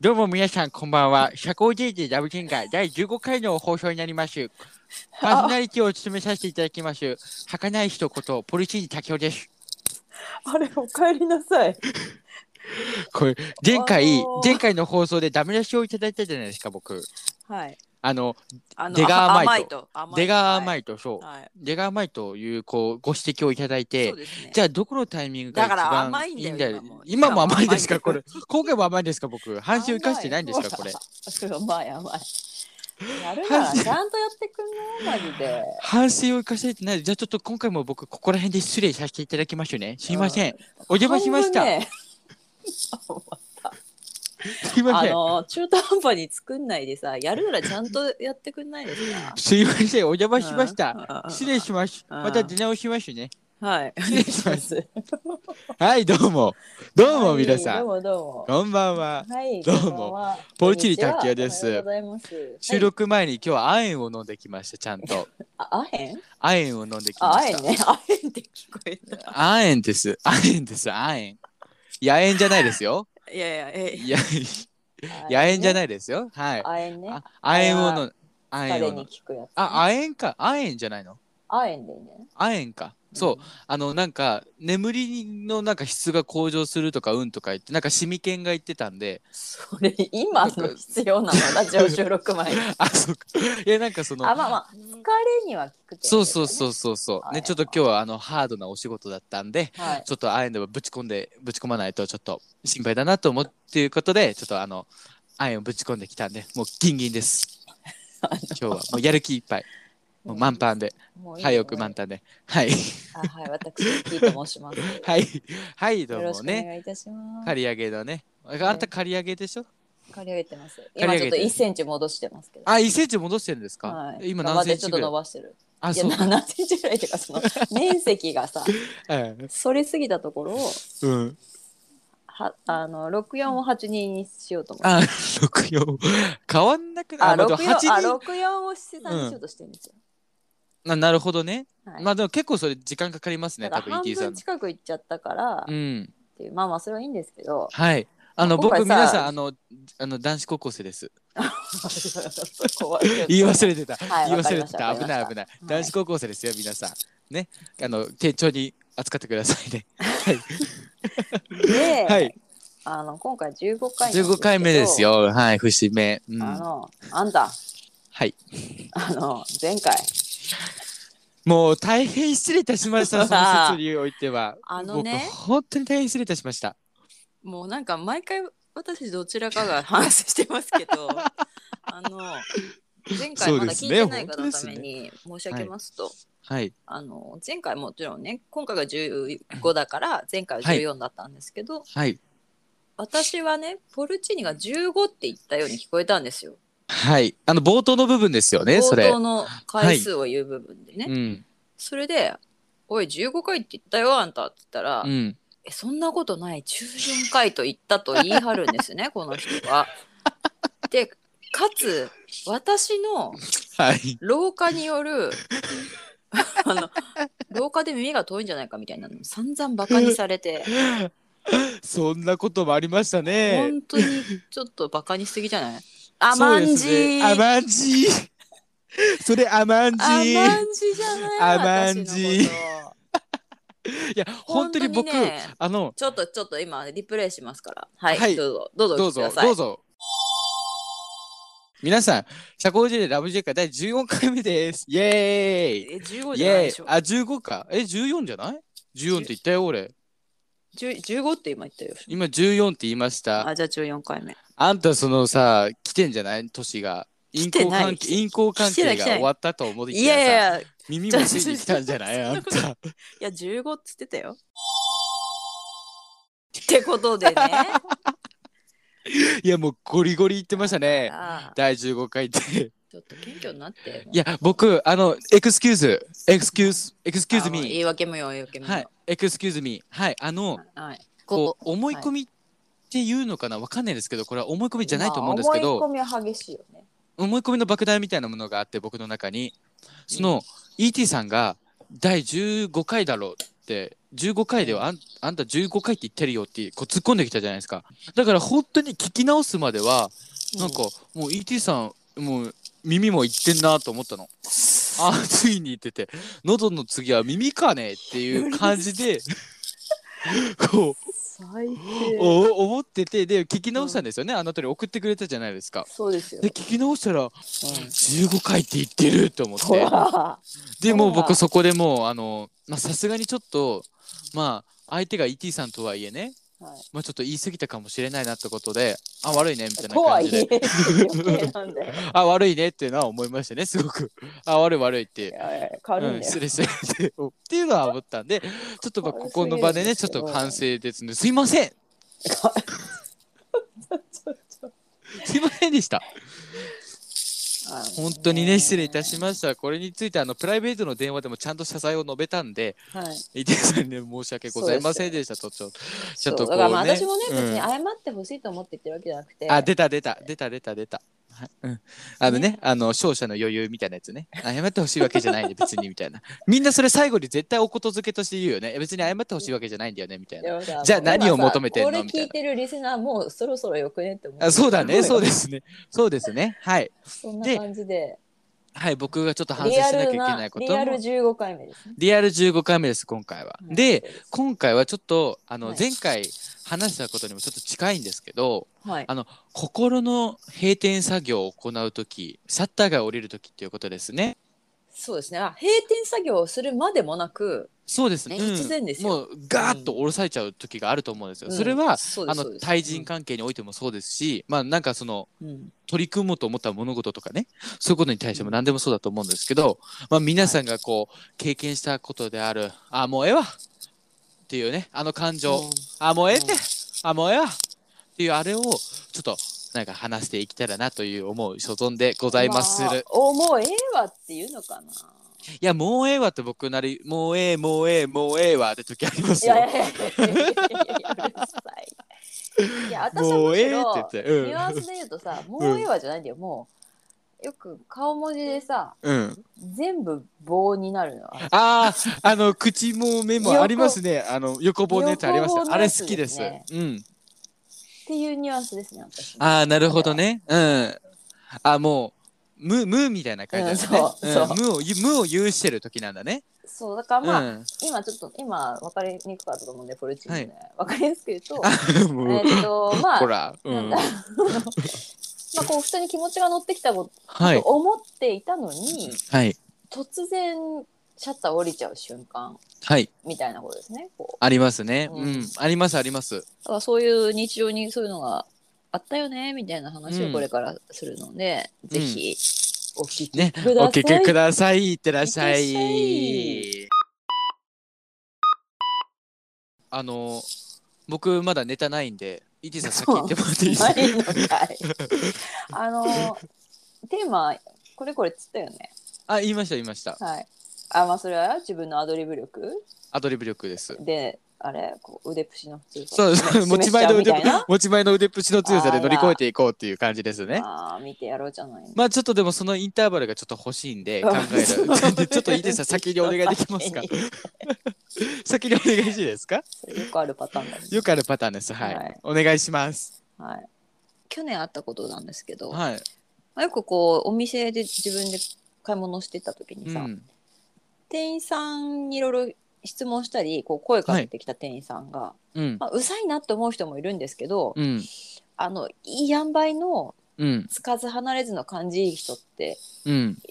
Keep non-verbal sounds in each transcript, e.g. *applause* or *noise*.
どうも皆さん、こんばんは。社交 JJ ダブチンガー第15回の放送になり *laughs* ます。パーソナリティを務めさせていただきます。儚い人こと、ポルチーニ竹雄です。あれ、お帰りなさい。これ、前回あの、ー前回の放送でダメ出しをいただいたじゃないですか、僕。はい。あの、あ出が甘いと。出が甘いいと、そうと。。はい。出が甘いという、こう、ご指摘をいただいてそう、ですね。じゃあ、どこのタイミングがだ一から番甘いいんいだんよだよ今も。今も甘いですか、今もこ甘れ。今回も甘いですか、僕。反省を生かしてないんですか、これ。れ。 *laughs* 甘い甘い。やるならちゃんとやってくんな、マジで。反省を生かせてない。じゃあちょっと今回も僕、ここら辺で失礼させていただきましょうね。すいません。お邪魔しました。半分ねすいまあせん。の、中途半端に作んないでさ、やるならちゃんとやってくんないですか。すいません。お邪魔しました。た失礼します。うんまた出直しましょうね。はい。。失礼しますはい、どうも。どうも皆はさいんどう。もどうこんばんは。も。はい。どうもこんばんは。ポルチリこんにちは卓也ですおはようございます。収録前に今日は亜鉛を飲んできました、ちゃんと。はい。あ、あへん。亜鉛を飲んできあ、まあしえた。んね。あえんって聞こえた。亜鉛です。亜鉛です。亜鉛。野煙じゃないですよ。いやいや、え。いや *laughs* 野煙じゃないいですよ。はい。あえんね。あ亜鉛を飲ん亜鉛を彼飲んに聞くやつ。あ、亜鉛か。亜鉛じゃないのあえんでいいね。亜鉛か。そう。あのなんか眠りのなんか質が向上するとかうんとか言ってなんかシミ犬が言ってたん *laughs* で *laughs* それ、今の必要なの、ラジオ収録前に。 *laughs* あそうかいやなんかそのあ、まあまあ、疲れには効く。。そうそうそううそうそうはねいちょっと今日はあのハードなお仕事だったんではい。ちょっとアインをぶち込んでぶち込まないとちょっと心配だなと思っていうことでちょっとあのアインをぶち込んできたんでもうギンギン *laughs* ですあの今日はもうやる気いっぱいもう満帆でもういいね早く満タンではいあ、はい、私、キーと申し *laughs* ます。。はいいはいどようろもしくおね願いいたします。借り上げだねああんた借り上げでしょ刈り上げてます。り上今げちてょっと一センチ戻してますけど。あ、1センチ戻してるんですか、はい。今頑何張っセてンちチょっぐとらい伸ばしてる。あ、いや、そう。 7センチぐらいっていうか、その面積がさ、それすぎたところを。 *laughs* うん。はあの六四を八二にしようと思って。あ、64。変わんなくないああ、まあ、で六も四あ8六四を七三にしようとしてるんですよ。ななるほどね。はい。まあでも結構それ時間かかりますね、だ多から分半 ET さん分の。近く行っちゃったからうっん。。ていうまあまあそれはいいんですけどはい。あの、僕、今回さ皆さん、あの、あの男子高校生です。怖い *laughs* 言い忘れてた。はい言い忘れてた。わか危りましたない、危ない。男子高校生ですよ、皆さん。ね。あの、丁重に扱ってくださいね。で、はいあの今回十五回なん15回目です。よ。はい、節目。うん。あはのあんたい。あの前回もう大変失礼いたしました、そ *laughs* の説においては。あのね僕本当に大変失礼いたしました。もうなんか毎回私どちらかが話してますけ *laughs* どあの前回まだ聞いてない方のために申し上げますと、はい。あの前回もちろんね今回が15だから前回は14だったんですけど、はい。私はねポルチーニが15って言ったように聞こえたんですよはい。あの、冒頭の部分ですよね、そ冒れ頭。の回数を言う部分でね、うん。それで「おい15回って言ったよあんた」って言ったらう「ん。えそんなことない14回と言った」と言い張るんです *laughs* ねこの人は。でかつ私のはい。老化に *laughs* よるあの老化で耳が遠いんじゃないかみたいなのを散々バカにされて。そんなこともありましたね。本当にちょっとバカにしすぎじゃない甘 *laughs* そうんですじね甘んじ。 *laughs* それ甘んじ。甘んじいじゃない甘んじ私のことや、本当に僕、本当にねあの、ちょっとちょっと今リプレイしますからはい、はいどうぞどうぞどおう聞きくだぞ、さいどうぞ。皆さん、社交辞令ラブジェカ第14回目です。イエーイえ15イじゃないエでしーイょあ、15か。え、14じゃない ?14 って言ったよ、俺。 10 15って今言ったよ今14って言いました。あじゃあ14回目あんたそのさ、来てんじゃない年が。因て果ない関係因果関来てな係いが来てない終わったと思っていやいやいやい耳もついてきたんじゃない *laughs* じゃああんた。や15っつってたよってことでねいやもうゴリゴリ言ってましたね。あ第15回って。ちょっと謙虚になっていや、僕、あの、エクスキューズ、エクスキューズ、エクスキューズあもう言ミい訳もよ言い訳ー。もよはい、エクスキューズミー。はい、あの、はいこう、思い込みっていうのかなわかんないですけど、これは思い込みじゃないと思うんですけど、まあ思い込みは激しいよね思い込みの爆弾みたいなものがあって、僕の中に。その、ET さんが第15回だろうって15回ではあんあんた15回って言ってるよってこう突っ込んできたじゃないですかだから本当に聞き直すまではなんかもう ET さんもう耳もいってんなと思った *laughs* のあーついに言ってて喉の次は耳かねっていう感じ *laughs* でこう最低お思っててで聞き直したんですよねあの時送ってくれたじゃないですかそうですよで聞き直したら15回って言ってると思ってわでもうほら僕そこでもうあのまあさすがにちょっとまあ相手が ET さんとはいえね、はいまあちょっと言い過ぎたかもしれないなってことであ悪いねみたいなとは感じいでえ余計なんだよあ悪いねっていうのは思いましたねすごくあ悪い悪いっいて。やいや軽いうんん、だよ失礼失礼って *laughs* っていうのは思ったんでちょっとまあここの場でねちょっと反省ですねすいません *laughs* ちょっとすいませんでした本当にね失礼いたしましたこれについてあのプライベートの電話でもちゃんと謝罪を述べたんではい伊手さんに申し訳ございませんでしたとちょちょっとそうこうねだからまあ私もねうん別に謝ってほしいと思って言ってるわけじゃなくてあ出た出た出た出た出た、はいうん、あのねあの勝者の余裕みたいなやつね *laughs* 謝ってほしいわけじゃないんで別にみたいなみんなそれ最後に絶対おことづけとして言うよね別に謝ってほしいわけじゃないんだよねみたいでなもさじゃあもう今何をさ求めてんのこれみたい聞ないてるリスナーもうそろそろよくねって思うあそうだ *laughs* ねそうでですねそうですねはいそんな感じではい僕がちょっと反省しリなアきゃいルけなないことリもアル15回目ですねリアル15回目です今回は、はいでそうす今回はちょっとあのはい前回話したことにもちょっと近いんですけど、はいあの心の閉店作業を行う時シャッターが降りる時っていうことですね。そうですねあ閉店作業をするまでもなくそうですね。ね必然ですよもうガーッと下ろされちゃう時があると思うんですよ。うんそれは、そうであすそうのです対人関係においてもそうですし、まあなんかそのうん取り組もうと思った物事とかねそういうことに対しても何でもそうだと思うんですけど、まあ、皆さんがこう経験したことである「あもうええわ」っていうねあの感情うん「あもうええってうん」 「あもうええわ」っていうあれをちょっとなんか話していけたらなという思う所存でございまする。あおもうええわっていうのかな。いやもうええわって僕なり「もうええもうええもうええわ」って時ありまいすよ。やいやいやいやいやいやうるさい。いや私はもむうええってしろ言って、うニュアンんスで言うとさ、もうええわじゃないんだよ。もうよく顔文字でさ、うん、全部棒になるの。ああーあの口も目も横ありますねあの横棒のやつあります横あ棒のれやつ好きです、ねうんっていうニュアンスですね。私ああなるほどねうんあもう無無みたいな感じですね、うんそうそうん無を無を有してる時なんだねそうだからうんまあ、今ちょっと今分かりにくかったと思うんでポルチーニね、分かりやすく言うと、あ *laughs* もう、えっとまあほらうなんんだ *laughs* まあこう普通に気持ちが乗ってきたことはいと思っていたのに、はい突然シャッター降りちゃう瞬間はいみたいなことですねこありますねううんん、ありますありますうだからそういう日常にそういうのがあったよねみたいな話うをんこれからするので、ぜひお聞きくだねさい、お聞きくださいいってらっしゃいいあの僕まだネタないんでイティさん先そう言ってもらっていいですなかいのかい *laughs* あのテーマこれこれっつったよねあ言いました言いましたはいあまあそれは自分のアドリブ力アドリブ力ですであれこう腕っぷしの普通そうさ持ち前の示し腕ゃうみたいな持ち前の腕っぷしの強さで乗り越えていこうっていう感じですねああ見てやろうじゃないのまあちょっとでもそのインターバルがちょっと欲しいんで *laughs* あ考えそうる *laughs* ちょっといいですか先にお願いできますか先にお願いしていいですか *laughs* それよくあるパターンだねよくあるパターンですはい、はいお願いしますはい、去年あったことなんですけど、はい、まあよくこうお店で自分で買い物してた時にうさ、ん、店員さんにいろいろ質問したりこう声かけてきた店員さんが、うんまあ、うざいなって思う人もいるんですけど、うんあのいい塩梅のうんつかず離れずの感じいい人ってうん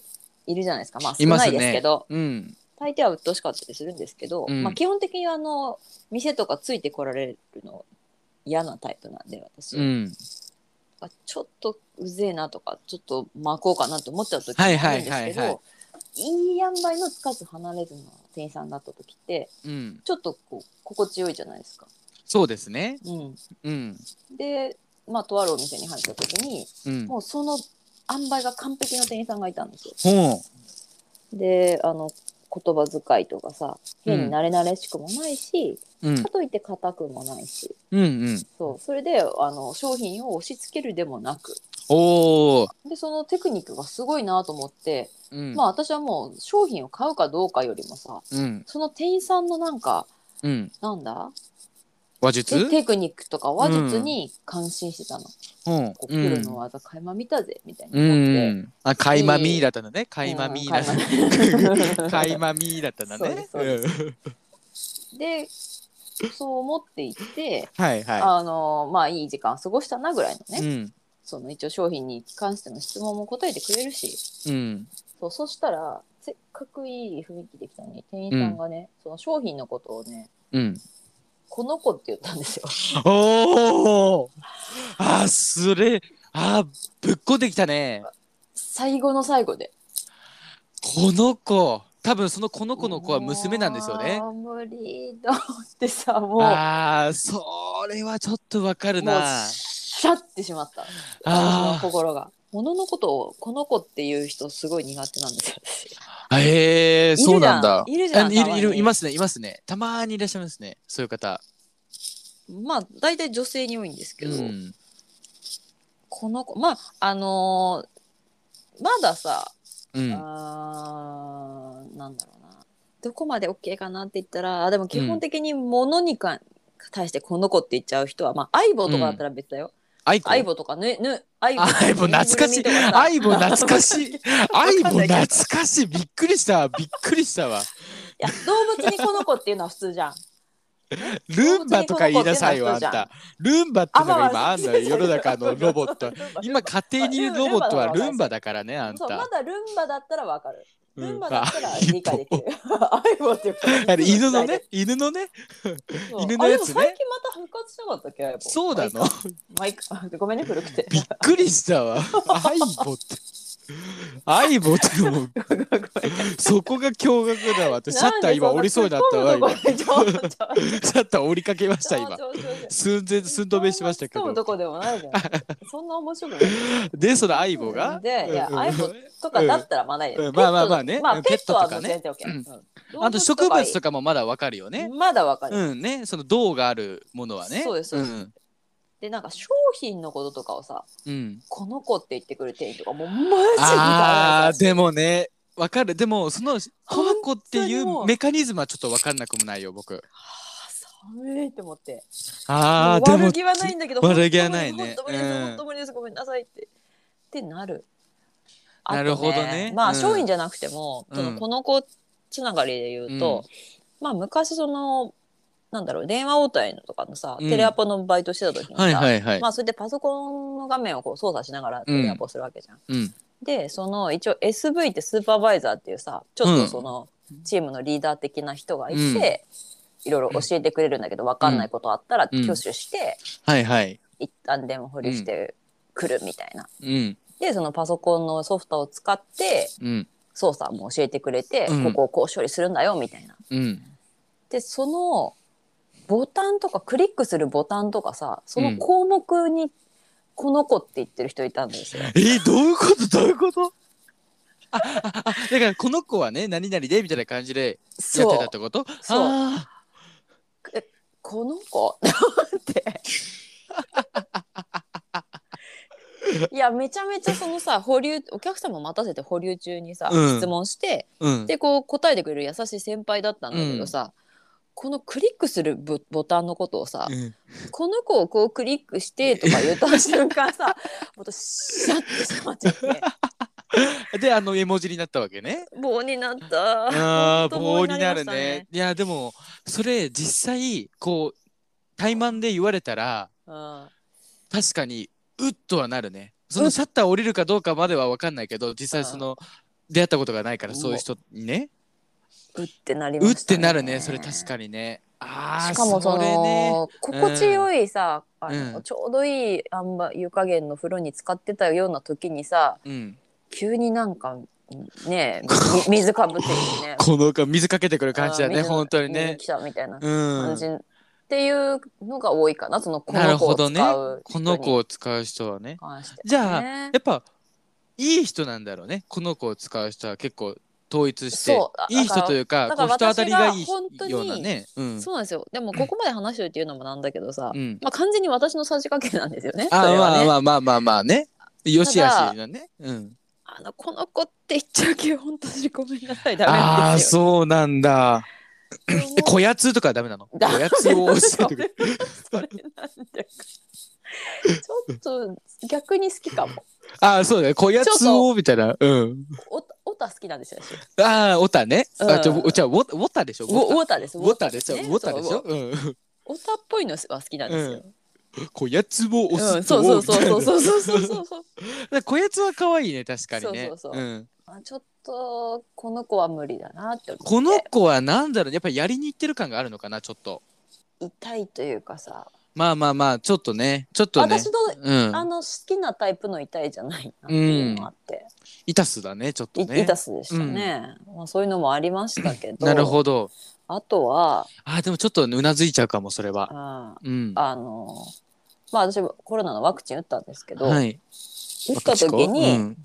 いるじゃないですかまあい少まなすいねですけどうん大抵は鬱陶しかったりするんですけど、うんまあ、基本的にあの店とかついてこられるの嫌なタイプなんで私、うんあちょっとうぜえなとかちょっと巻こうかなと思っちゃう時もあはいはるいんですけはいどはいいい塩梅のつかず離れずの店員さんだった時ってうんちょっとこう心地よいじゃないですか。そうですねうん、うんで、まあ、とあるお店に入った時にうんもうその塩梅が完璧な店員さんがいたんですよ。ほであの言葉遣いとかさうん変に慣れ慣れしくもないし、ううんかといって硬くもないしうんうんそうそれであの商品を押し付けるでもなくおおでそのテクニックがすごいなと思って。うんまあ私はもう商品を買うかどうかよりもさうんその店員さんのなんかうん。なんだ話テ術テクニックとか話術に感心してたの、うんこ。ううプロのん。技垣間見たぜみたいにう思って、ん。あ、垣間見だったのね。垣間見だった。うん垣間見だったんだそうでねす。そうでうんでそう思っていて、はいはあのまあいい時間過ごしたなぐらいのい。うね、ん。その一応商品に関しての質問も答えてくれるしうん。そうそしたらせっかくいい雰囲気できたのに店員さんがね、その商品のことをねうん。この子って言ったんですよ。 *laughs* おお。あ、それ。あ、ぶっこんできたね。最後の最後で。この子。多分そのこの子の子は娘なんですよねも。う無理だってさ *laughs* もうもああ、それはちょっとわかるうな。シャッてしまった。私のあ心が。もののことをこの子っていう人すごい苦手なんですよ。私あ。へえ、そうなんだ。いるじゃあんいるじゃんたまいにる、いる、いますね、いますね。たまにいらっしゃいますね。そういう方。まあ大体女性に多いんですけうど、ん。この子まああのーまださ、うん。あーなんだろうなどこまで OK かなって言ったらあでも基本的にものにか、対してこの子って言っちゃう人はまあ相棒とかだったら別だよ、アイコ。相棒とかぬぬ相相棒懐かしい。相棒懐かし *laughs* い。相棒懐かしい。びっくりしたわ。びっくりしたわ。いや動物にこの子っていうのは普通じゃん。ルンバとか言いなさいよ、あんた。ルンバっていうのが *laughs* 今あんのよ、世の中のロボッ *laughs* ト。今、家庭にいるロボットはルンバだからね、あんそうまた。だルンバだったらわかる。うルンんバだったら理解できる。アイボっていう *laughs* あれ犬のね、犬のね、そう犬のやつねあでも最近また復活しなかったっけアイボそうな *laughs* の。マイクマイクごめんね古くて。びっくりしたわ。アイボって。アイボってもう、 *laughs* ごめんごめんそこが驚愕だわ。シャッター今折りそうになったわ、今。なシんで *laughs* そんな突っ込むとこ *laughs* ちょちょちょャッター折りかけました、ちょ今ち。ょちょちょ寸前、寸止めしましたけそんな突ど。っ込むとこでもないじ *laughs* ゃん。そんな面白くない。で、そのアイボが。でいやうんアイボとかだったらまあないよ、うんうんペットまあまあまあねまうあんペットはペもットとかねう全然 OK、うんうんあと植物とかもまだわかるよね。まだわかる、うんね、その銅があるものはね。そうですそううでん。でなんか商品のこととかをさうん。 *laughs* この子って言ってくる店員とかもうマジみあたあ、でもね、わかる。でも、その、この子ってい本当にもううメカニズムはちょっとわかんなくもないよ、僕。寒いって思ってああ、もでうも悪、気はないんだけど悪気はないね本当無理ですうん本当無理ですごめんなさいってってなるあとなるほどねまあ、うん商品じゃなくても、うんそのこの子つながりで言うと、まあ昔そのなんだろう電話応対のとかのさ、うんテレアポのバイトしてた時にさ、はいはいはいま。あ、それでパソコンの画面をこう操作しながらうテんレアポするわけじゃん。うん。でその一応 SV ってスーパーバイザーっていうさちょっとそのチームのリーダー的な人がいて、いろいろ教えてくれるんだけど分かんないことあったらうん挙手して、はいはい。一旦電話保留してくるみたいな。うん。でそのパソコンのソフトを使ってうん。操作も教えてくれて、うんここをこう処理するんだよみたいな。うん。でそのボタンとかクリックするボタンとかさその項目にこの子って言ってる人いたんですよ。えー、どういうことどういうことあああだからこの子はね何々でみたいな感じでやっそてうたってことそうあこの *laughs* 子って。いやめちゃめちゃそのさ保留お客様待たせて保留中にさ、うん質問してーうんでこう答えてくれる優しい先輩だったんだけどさ、このクリックするボボタンのことをさ、うんこの子をこうクリックしてとか言った瞬 *laughs* 間さ私シャッてしまっちゃってであの絵文字になったわけね棒になったあー本当棒になる棒になりましねいやでもそれ実際こう怠慢で言われたらうん確かにうっとはなるねそのシャッター降りるかどうかまでは分かんないけど実際その出会ったことがないからそういう人にねうってなりまうっしたてなるねそれ確かにねああしかもそのれね心地よいさ、あのうんちょうどいいあんば湯加減の風呂に使ってたような時にさうん急になんかねみ水かぶってきてねこの子水かけてくる感じだあねー水本当に水ね来たみたいなう感んじ、っていうのが多いかなそのこなるの子ほをど使ねうこ人のに子を使う人はね関してはね、じゃあやっぱいい人なんだろうねこの子を使う人は結構統一してそうだいい人というかだこかうら人当たりがい私が本当いにようなねうんそうなんですよでもここまで話してるっていうのもなんだけどさ、うんまあ、完全に私のさじ加減なんですよねあそれはねまあまあまあまあまあねよしあしだねうんあのこの子って言っちゃうけど本当にごめんなさいダメなんああでーすよそうなんだえ、こやつとかはダメなのこダメやつを教えてくれ。それなんだかちょっと逆に好きかも。ああ、そうだね。こやつをみたいな。うん。おおた好きなんですよ。私ああ、オタね。うんあ、ちょ、じゃあ、ウォウォタでしょウウォォタです。タ。ウォタでしょねウォタでしょそううん。ウォタっぽいのは好きなんですよ。こやつをうん、押すそうそうそうそうう。そうそうそうそうそ *laughs* う。こやつは可愛いね、確かにね。そうそうそうんあちょっとこの子は無理だなって思って。この子はなんだろう、やっぱりやりに行ってる感があるのかな、ちょっと。痛いというかさ、まあまあまあ、ちょっとね。ちょっとね私。の、うんあ。の好きなタイプの痛いじゃないなっていうのがあって、痛すだね、ちょっといね痛。すでしたね。まあそういうのもありましたけど。なるほど。あとは、あー、でもちょっとうなずいちゃうかも、それは。あうん。あのまあ私もコロナのワクチン打ったんですけど、はい。打った時に、うん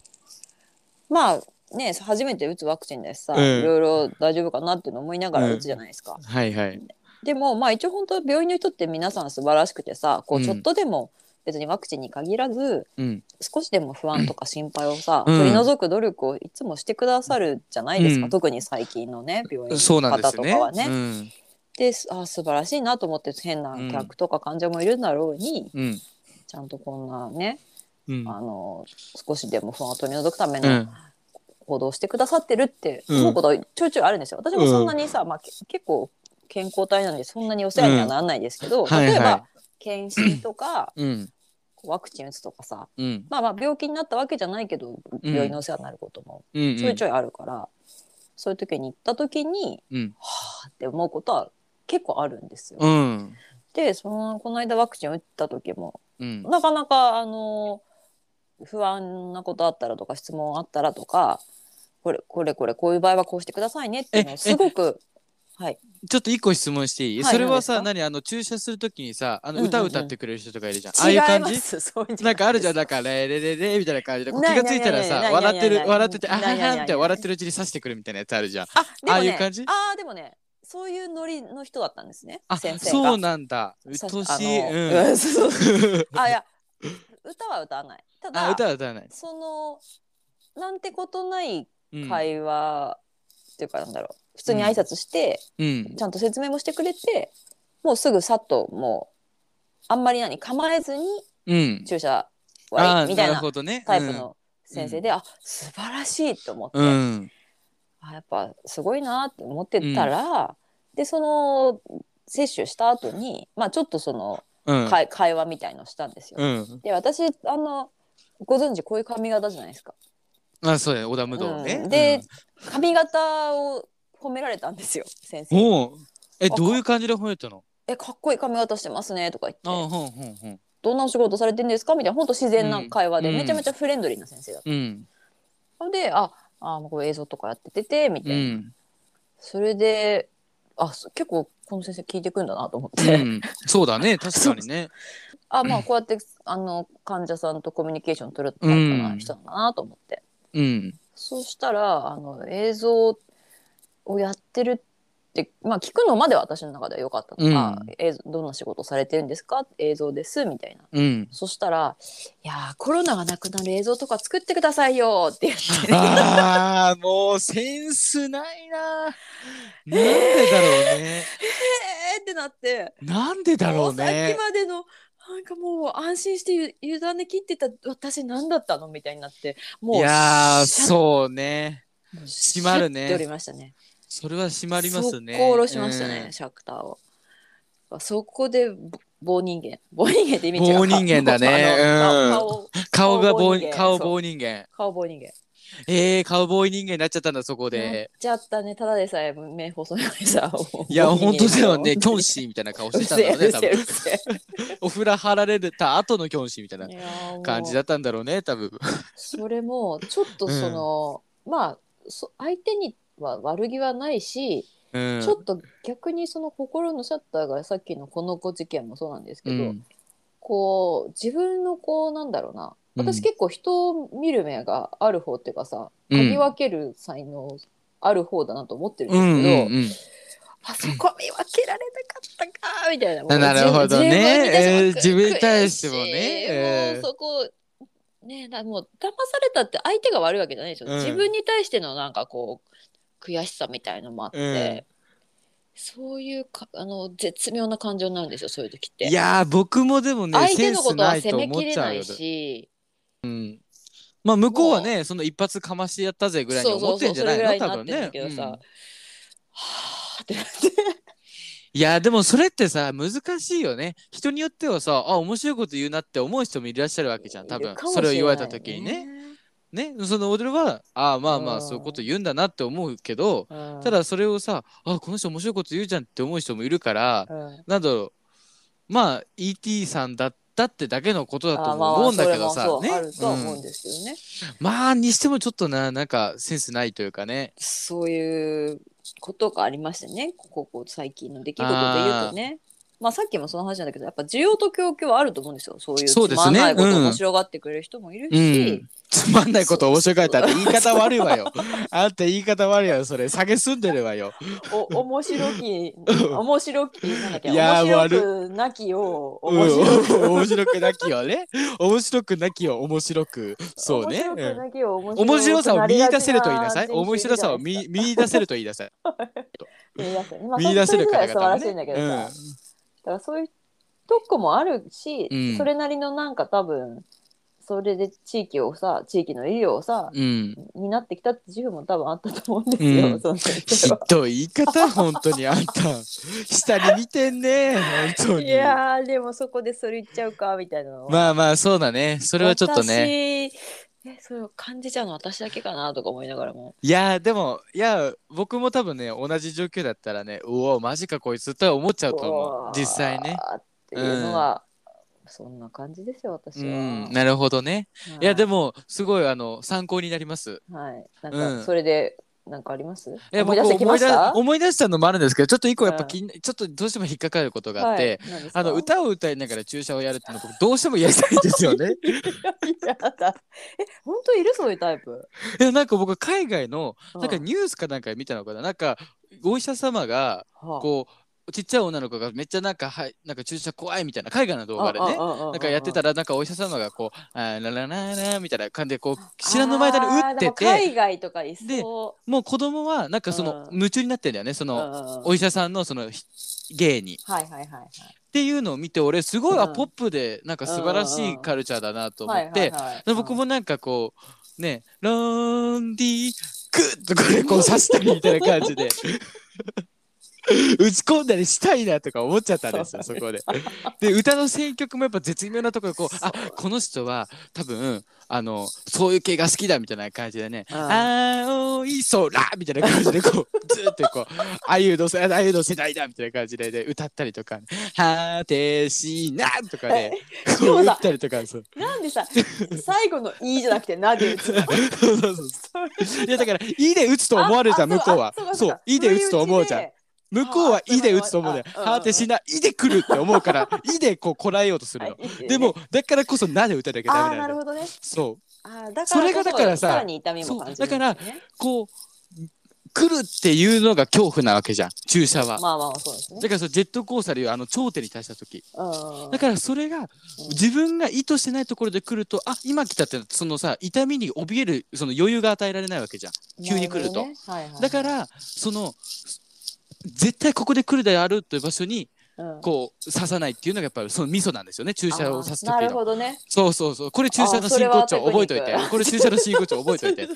まあね初めて打つワクチンだしさ、うんいろいろ大丈夫かなっていうの思いながら打つじゃないですか。はいはい。でもまあ一応本当は病院の人って皆さん素晴らしくてさこううんちょっとでも別にワクチンに限らず、うん。少しでも不安とか心配をさ、うん取り除く努力をいつもしてくださるじゃないですか、うん特に最近のね病院そうのなんで方すとよかはね。ね。うんであ素晴らしいなと思って変な客とか患者もいるんだろうに、うん。ちゃんとこんなね、うん。あの少しでも不安を取り除くためうのん。行動をしてくださってるってうん思うことはちょいちょいあるんですよ。私もそんなにさ、まあ、け結構健康体なんでそんなにお世話にはならないですけうど、んはいはい例えば、検診とかうん。ワクチン打つとかさ、うん。まあ、まあ病気になったわけじゃないけどうん病院のお世話になることもうん。ちょいちょいあるから、そういう時に行った時に、うんはあって思うことは結構あるんですよ。うん。でそのこの間ワクチン打った時もうん。なかなかあの不安なことあったらとか質問あったらとかこれこれこれこういう場合はこうしてくださいねっていうのをえすごくはいちょっと一個質問していい、はいそれはさ何何あの注射するときにさあのうんうんうん歌歌ってくれる人とかいるじゃん、違いああいうま感じす *laughs* そういうんじゃなんかあるじゃんないなんかレレレレみたいな感じでこう気ないがついたらないなさい笑ってるないない笑っててあなはいないはないはって笑ってるうちに刺してくるみたいなやつあるじゃんでもああねいう感じあーでもねそういうノリの人だったんですねあ先生がそうなんだうっさとうしあいのうんそうそうあいや歌は歌わないたあだ歌は歌わない、そのなんてことないうん会話、っていうかなんだろう普通に挨拶して、うんちゃんと説明もしてくれてもうすぐさっともうあんまり何構えずにうん注射あ割ーりみたいるなほどねタイプの先生で、あ素晴らしいと思って、うん、うんあやっぱすごいなって思ってたら、でその接種した後にまあちょっとそのうん会,、会話みたいのしたんですよ。うん、で私あのご存知こういう髪型じゃないですか。あそうだね織田無道ね、うんで、髪型を褒められたんですよ先うん、生に。おうえどういう感じで褒めたのえかっこいい髪型してますねとか言ってあ。ほんほんほんどんなお仕事されてんですかみたいな本当自然な会話で、うんめちゃめちゃフレンドリーな先生だっうんたのでああこれ映像とかやってててみたういな、んそれであそ結構この先生聞いてくんだなと思っうて、ん、そうだ *laughs* ね確かにね *laughs* あまあこうやってあの患者さんとコミュニケーション取るタイプな人だなと思って、うんそうしたらあの映像をやってるってまあ聞くのまでは私の中では良かったのが、うん映像どんな仕事されてるんですか映像ですみたいな。うんそしたら「いやーコロナがなくなる映像とか作ってくださいよ」って言っ *laughs* て、*laughs* ああ、もうセンスないな。なんでだろうね。えーってなって、 *laughs* なんでだろもううさっねき。までのなんかもう安心してゆ委ね切ってた私何だったのみたいになってもういいやー、そうね。閉まるねっておりましたねそれは締まりますね。速攻下ろしましたね、シャッターをそこでぼ棒人間棒人間って意味違う棒人間だねあのうん *laughs* 顔顔うん。顔が棒顔棒人間顔棒人間。顔棒人間えー、顔棒人間になっちゃったんだ、そこやっで。ちゃったねただでさえ目細いの *laughs* にさもういや、棒人間本当だよね。もうキョンシーみたいな顔うしるてたせえうだんるろうせえね、うるせえ多分。お風呂張られた後のキョンシーみたいないやーもう感じだったんだろうね、多分。それもちょっとその、まあそ相手には悪気はないし、うん。ちょっと逆にその心のシャッターがさっきのこの子事件もそうなんですけうど、ん。こう自分のこうなんだろうなう私ん結構人を見る目がある方っていうかさ、うん嗅ぎ分ける才能ある方だなと思ってるんうですんうけど、んうん。あそこ見分けられなかったかみたいなも *laughs* うなるほどね自分に対してもえー自分に対してもねう悔しいんもうそこねだもう騙されたって相手が悪いわけじゃないでしょ、うん自分に対してのなんかこう悔しさみたいのもあって、そういうかあの絶妙な感情になるんですよそういう時っていやー僕もでもね相セ手ンのこスとなはい責とめ思っきれちゃなうよいしうん、まあ向こうはねその一発かましてやったぜぐらいにそうそ思っうてんそうじゃそなれいぐらのいに多なっ分てるねんだ、けどさ、うんはあってなっていやでもそれってさ難しいよね人によってはさあ面白いこと言うなって思う人もいらっしゃるわけじゃん多い分るかもしそれを言われたない時にねねその俺はああまあまうあんそういうこと言うんだなって思うけどうんただそれをさあこの人面白いこと言うじゃんって思う人もいるからうんなんだろうまあ ET さんだったってだけのことだとあまあも思うんだけどさそれもそうねあるとは思うんうんですけどね、まあにしてもちょっとななんかセンスないというかねそういうことがありましたねここここ最近の出来事で言うとねまあさっきもその話なんだけどやっぱ需要と供給はあると思うんですよそういうそうつですまねんないことうん面白がってくれる人もいるうし、ん、つまんないこと面白かったって言い方悪いわ *laughs* よ。あんた言い方悪いわよ、それ。下げすんでるわよ。お面白 *laughs* きうん面白きなんだっけいやー面白くなきをうん面白く、面白くなきよね。面白くなきを面白く。そうね。面白くうんなきを面白く面白さを見出せると言いなさい。人種面白さを見見出せると言いなさい。見 *laughs* 出せる、まあ、見出せるそ方れ自体は素晴々はらねしいんだけどさ、だうからそういうとこもあるし、うんそれなりのなんか多分それで地域をさ地域の医療をさん。うん。担ってきたって自負も多分あったと思うんですよ、うんその先ひ生 *laughs* は。どい言い方、本当にあんた。下に見てんね、本当いに。やーでもそこでそれ言っちゃうかみたいなのはまあまあ、そうだね。それはちょっとね。私えそれを感じちゃうの私だけかなとか思いながらもいやーでもいやー僕も多分ね同じ状況だったらねうおーマジかこいつとは思っちゃうと思う実際ねうわーっていうのは、そんな感じですよ私うは、んなるほどねいやでももすごいあの参考になりますはいなんうんかそれでなんかあります、いや思僕い出してきました思い出したのもあるんですけどちょっと一個やっぱうん気に、ちょっとどうしても引っかかることがあって、はい何ですかあの歌を歌いながら注射をやるっていうの僕どうしてもやりたいんですよ *laughs* ねやだえ本当いるそういうタイプ、いやなんか僕海外のうなんかニュースかなんかで見たのかななんかお医者様がはあこうちっちゃい女の子がめっちゃなんかはいなんか注射怖いみたいな海外の動画でねなんかやってたららなんかお医者様がこう「あーララララ」みたいな感じでこう知らぬ間に打ってて海外とかいそもう子供はなんかそのうん、夢中になってんだよねそううんうんのうんお医者さんのそのひ芸に。はいはいはいはいっていうのを見て俺すごいあうんポップでなんか素晴らしいカルチャーだなと思っはいてはいはいで僕もなんかこうね「ロンディグッ!」とこれこう刺したりみたいな感じで打ち込んだりしたいなとか思っちゃったんですよそこで。で歌の選曲もやっぱ絶妙なところこうあこの人は多分あのそういう系が好きだみたいな感じでね「うん青い空」みたいな感じでこう *laughs* ずーっとこう「あゆの世あゆの世代だ」みたいな感じで、ね、歌ったりとか「果てしな」とかで、しこかうも打さったりとか *laughs* そうなんでさ最後の「いい」じゃなくて「な」で打つのそうそうそう *laughs* いやだから「い」で打つと思われるじゃん向こうはそう「い」で打つと思うじゃん向こうはあ「い」で打つと思うじゃんあうん果てしな「い」で来るって思う *laughs* から「い」でこうこらえようとするの。でもだからこそ「な」で歌えなきゃあダあメななるのほどねそうあーだからそれがだからさこそさらに痛みも感じるんですよね、そうだこう来るっていうのが恐怖なわけじゃん注射は、まあまあまあそうですねだからそのジェットコースターでいうあの頂点に達した時うんだからそれが自分が意図してないところで来るとあ今来たってそのさ痛みに怯えるその余裕が与えられないわけじゃん急に来るとなほどねはいはいはいだからその絶対ここで来るであるという場所にうんこう刺さないっていうのがやっぱりそのミソなんですよね注射を刺す時あーなるのほどねそうそうそうこれ注射の真骨あーそれ頂は覚えといてテクニックこれ注射の真骨頂覚えとい *laughs* て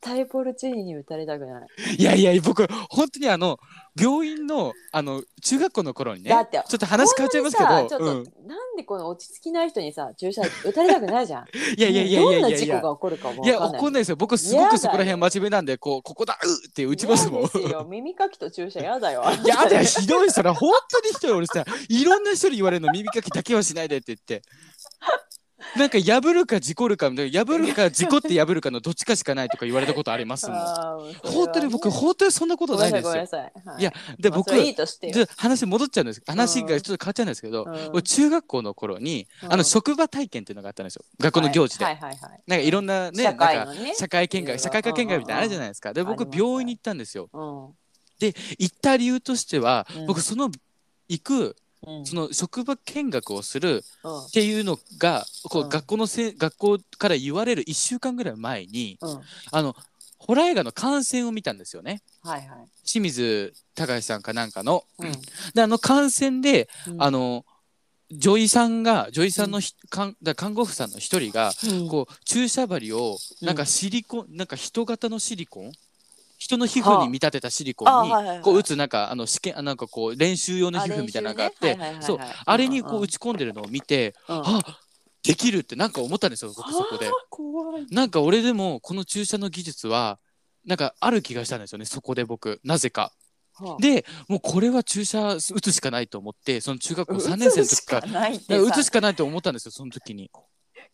タイポルチーニに打たれたくない、いやいや僕本当にあの病院のあの中学校の頃にねだってちょっと話変わっちゃいますけさどちょっと、うんなんでこの落ち着きない人にさ注射打たれたくないじゃん *laughs* いやいやいやいやいどやんいなや事いや故が起こるかもわいやかんない怒んないですよ僕すごくそこら辺真面目なんでこうここだうーって打ちますもん嫌ですよ耳かきと注射やだよいやあれひどいそれ本当にひどい俺さいろんな人に言われるの耳かきだけはしないでって言ってなんか破るか事故るかみたいな破るか事故って破るかのどっちかしかないとか言われたことありますもん *laughs* あーそれはね本当に僕本当にそんなことごめなんいでなさいすごよめんなさい、はいやでまあ僕それいいとしてよちょっと話戻っちゃうんです話がちょっと変わっちゃうんですけど、うんもう中学校の頃に、うんあの職場体験っていうのがあったんですよ学校の行事で、はいはいはいはいなんかいろんなね社会なんのかね社会見解社会科見解みたいなのあるじゃないですか、であ僕ります病院に行ったんですようん行った理由としては、うん僕その行くうんその職場見学をするうんっていうのがこう、うん学校のせ学校から言われる1週間ぐらい前にうんあのホラー映画の感染を見たんですよねはいはい。清水隆さんかなんかの。うんであの感染で、うんあの女医さんが女医さんのひ、看だ看護婦さんの一人がこう注射針をなんかシリコン、なんか人型のシリコン人の皮膚に見立てたシリコンにあはいはいはいこう打つなんかあの試験あなんかこう練習用の皮膚みたいなのがあってそうあれにこう打ちち、込んでるのを見て、うんあできるってなんか思ったんですよ僕そこで。怖い。なんか俺でもこの注射の技術はなんかある気がしたんですよねそこで僕なぜか。でもうこれは注射打つしかないと思ってその中学校3年生の時から打つしないってさ打つしかないと思ったんですよその時に。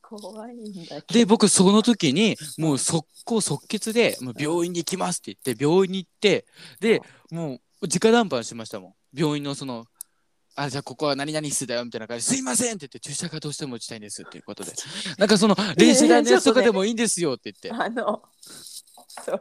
怖いんだけで僕その時にもう速攻即決で「もう病院に行きます」って言って病院に行ってでもう直談判しましたもん病院のその「あじゃあここは何々室だよ」みたいな感じで「すいません」って言って「注射がどうしても打ちたいんです」っていうことでなんかその「練習台のやつとかでもいいんですよ」って言ってど。あの、それ、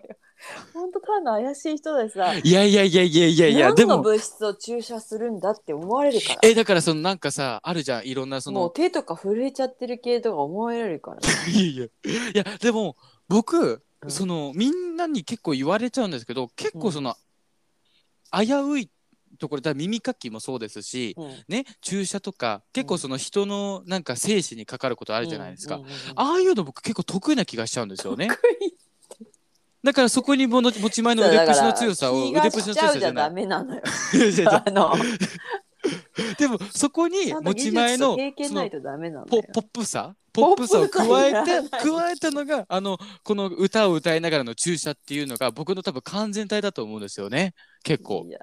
本当ただの怪しい人でさ、いやいやいやいやいやいや、で何のも、物質を注射するんだって思われるから。え、だからそのなんかさ、あるじゃん、いろんなそもうの、手とか震えちゃってる系とか思われ *laughs* るから。いやいや、いや、でも、僕、うんその、みんなに結構言われちゃうんですけど、結うん構その、危ういところ、だから耳かきもそうですし、うんね、注射とか、結構その人のなんか生死にかかることあるじゃないですか。。うんうんうんああいうの僕結構得意な気がしちゃうんですよね。得意だからそこにもの持ち前の腕っぷしの強さを、腕だからっぷしの気強がしちゃうさじじゃゃなダい。メなのよ。 *laughs* いやいやいやあの、でもそこにちゃんと持技ち術前との経験そなのいとダメなんだポよ。ポップさポップさを加え *laughs* ポップさいてらない加えたのがあのこの歌を歌いながらの注射っていうのが僕の多分完全体だと思うんですよね結構いや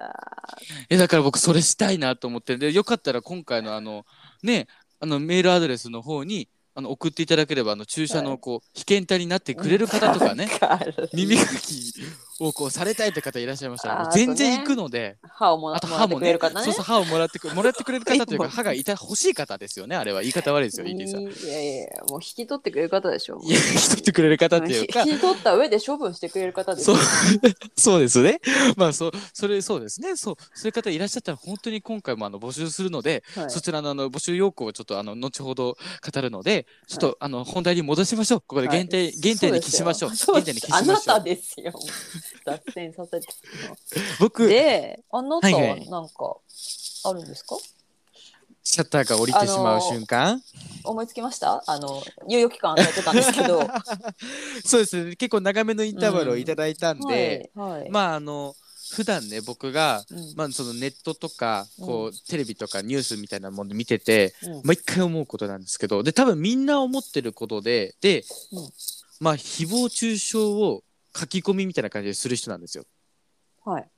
えだから僕それしたいなと思ってでよかったら今回のあのねあのメールアドレスの方にあの送っていただければあの注射はのこう被験体になってくれる方とかねーわかる *laughs* 耳かきをこうされたいって方いらっしゃいましたあーらあとね全然行くので歯をもらあっともら歯ってもくれねる方ね。そうそう歯をもらってくもらってくれる方という *laughs* もうか歯がいた欲しい方ですよねあれは言い方悪いですよ ET さん。いやいやもう引き取ってくれる方でしょ。いや引き取ってくれる方っていう *laughs* か引き取った上で処分してくれる方ですそよう *laughs* そうですねまあそうそれそうですねそうそういう方いらっしゃったら本当に今回もあの募集するので、はいそちらのあの募集要項をちょっとあの後ほど語るのでちょっと、あの本題に戻しましょうここで限定、はい原点に帰しましょうそ原で点にす帰よしましょあなたうですよ。脱線させて。僕で、あなたはいははいなんかあるんですか？シャッターが降りてしまあのう瞬間、思いつきました？あの猶予期間与えてたんですけど。はそうですね結構長めのインターバルをいただいたん *laughs* で、いはい。まああの普段ね僕がうんまあ、そのネットとかこう、テレビとかニュースみたいなもの見てて、うん毎回思うことなんですけどで多分みんな思ってることでで、うんまあ誹謗中傷を書き込みみたいな感じでする人なんですよ。はい。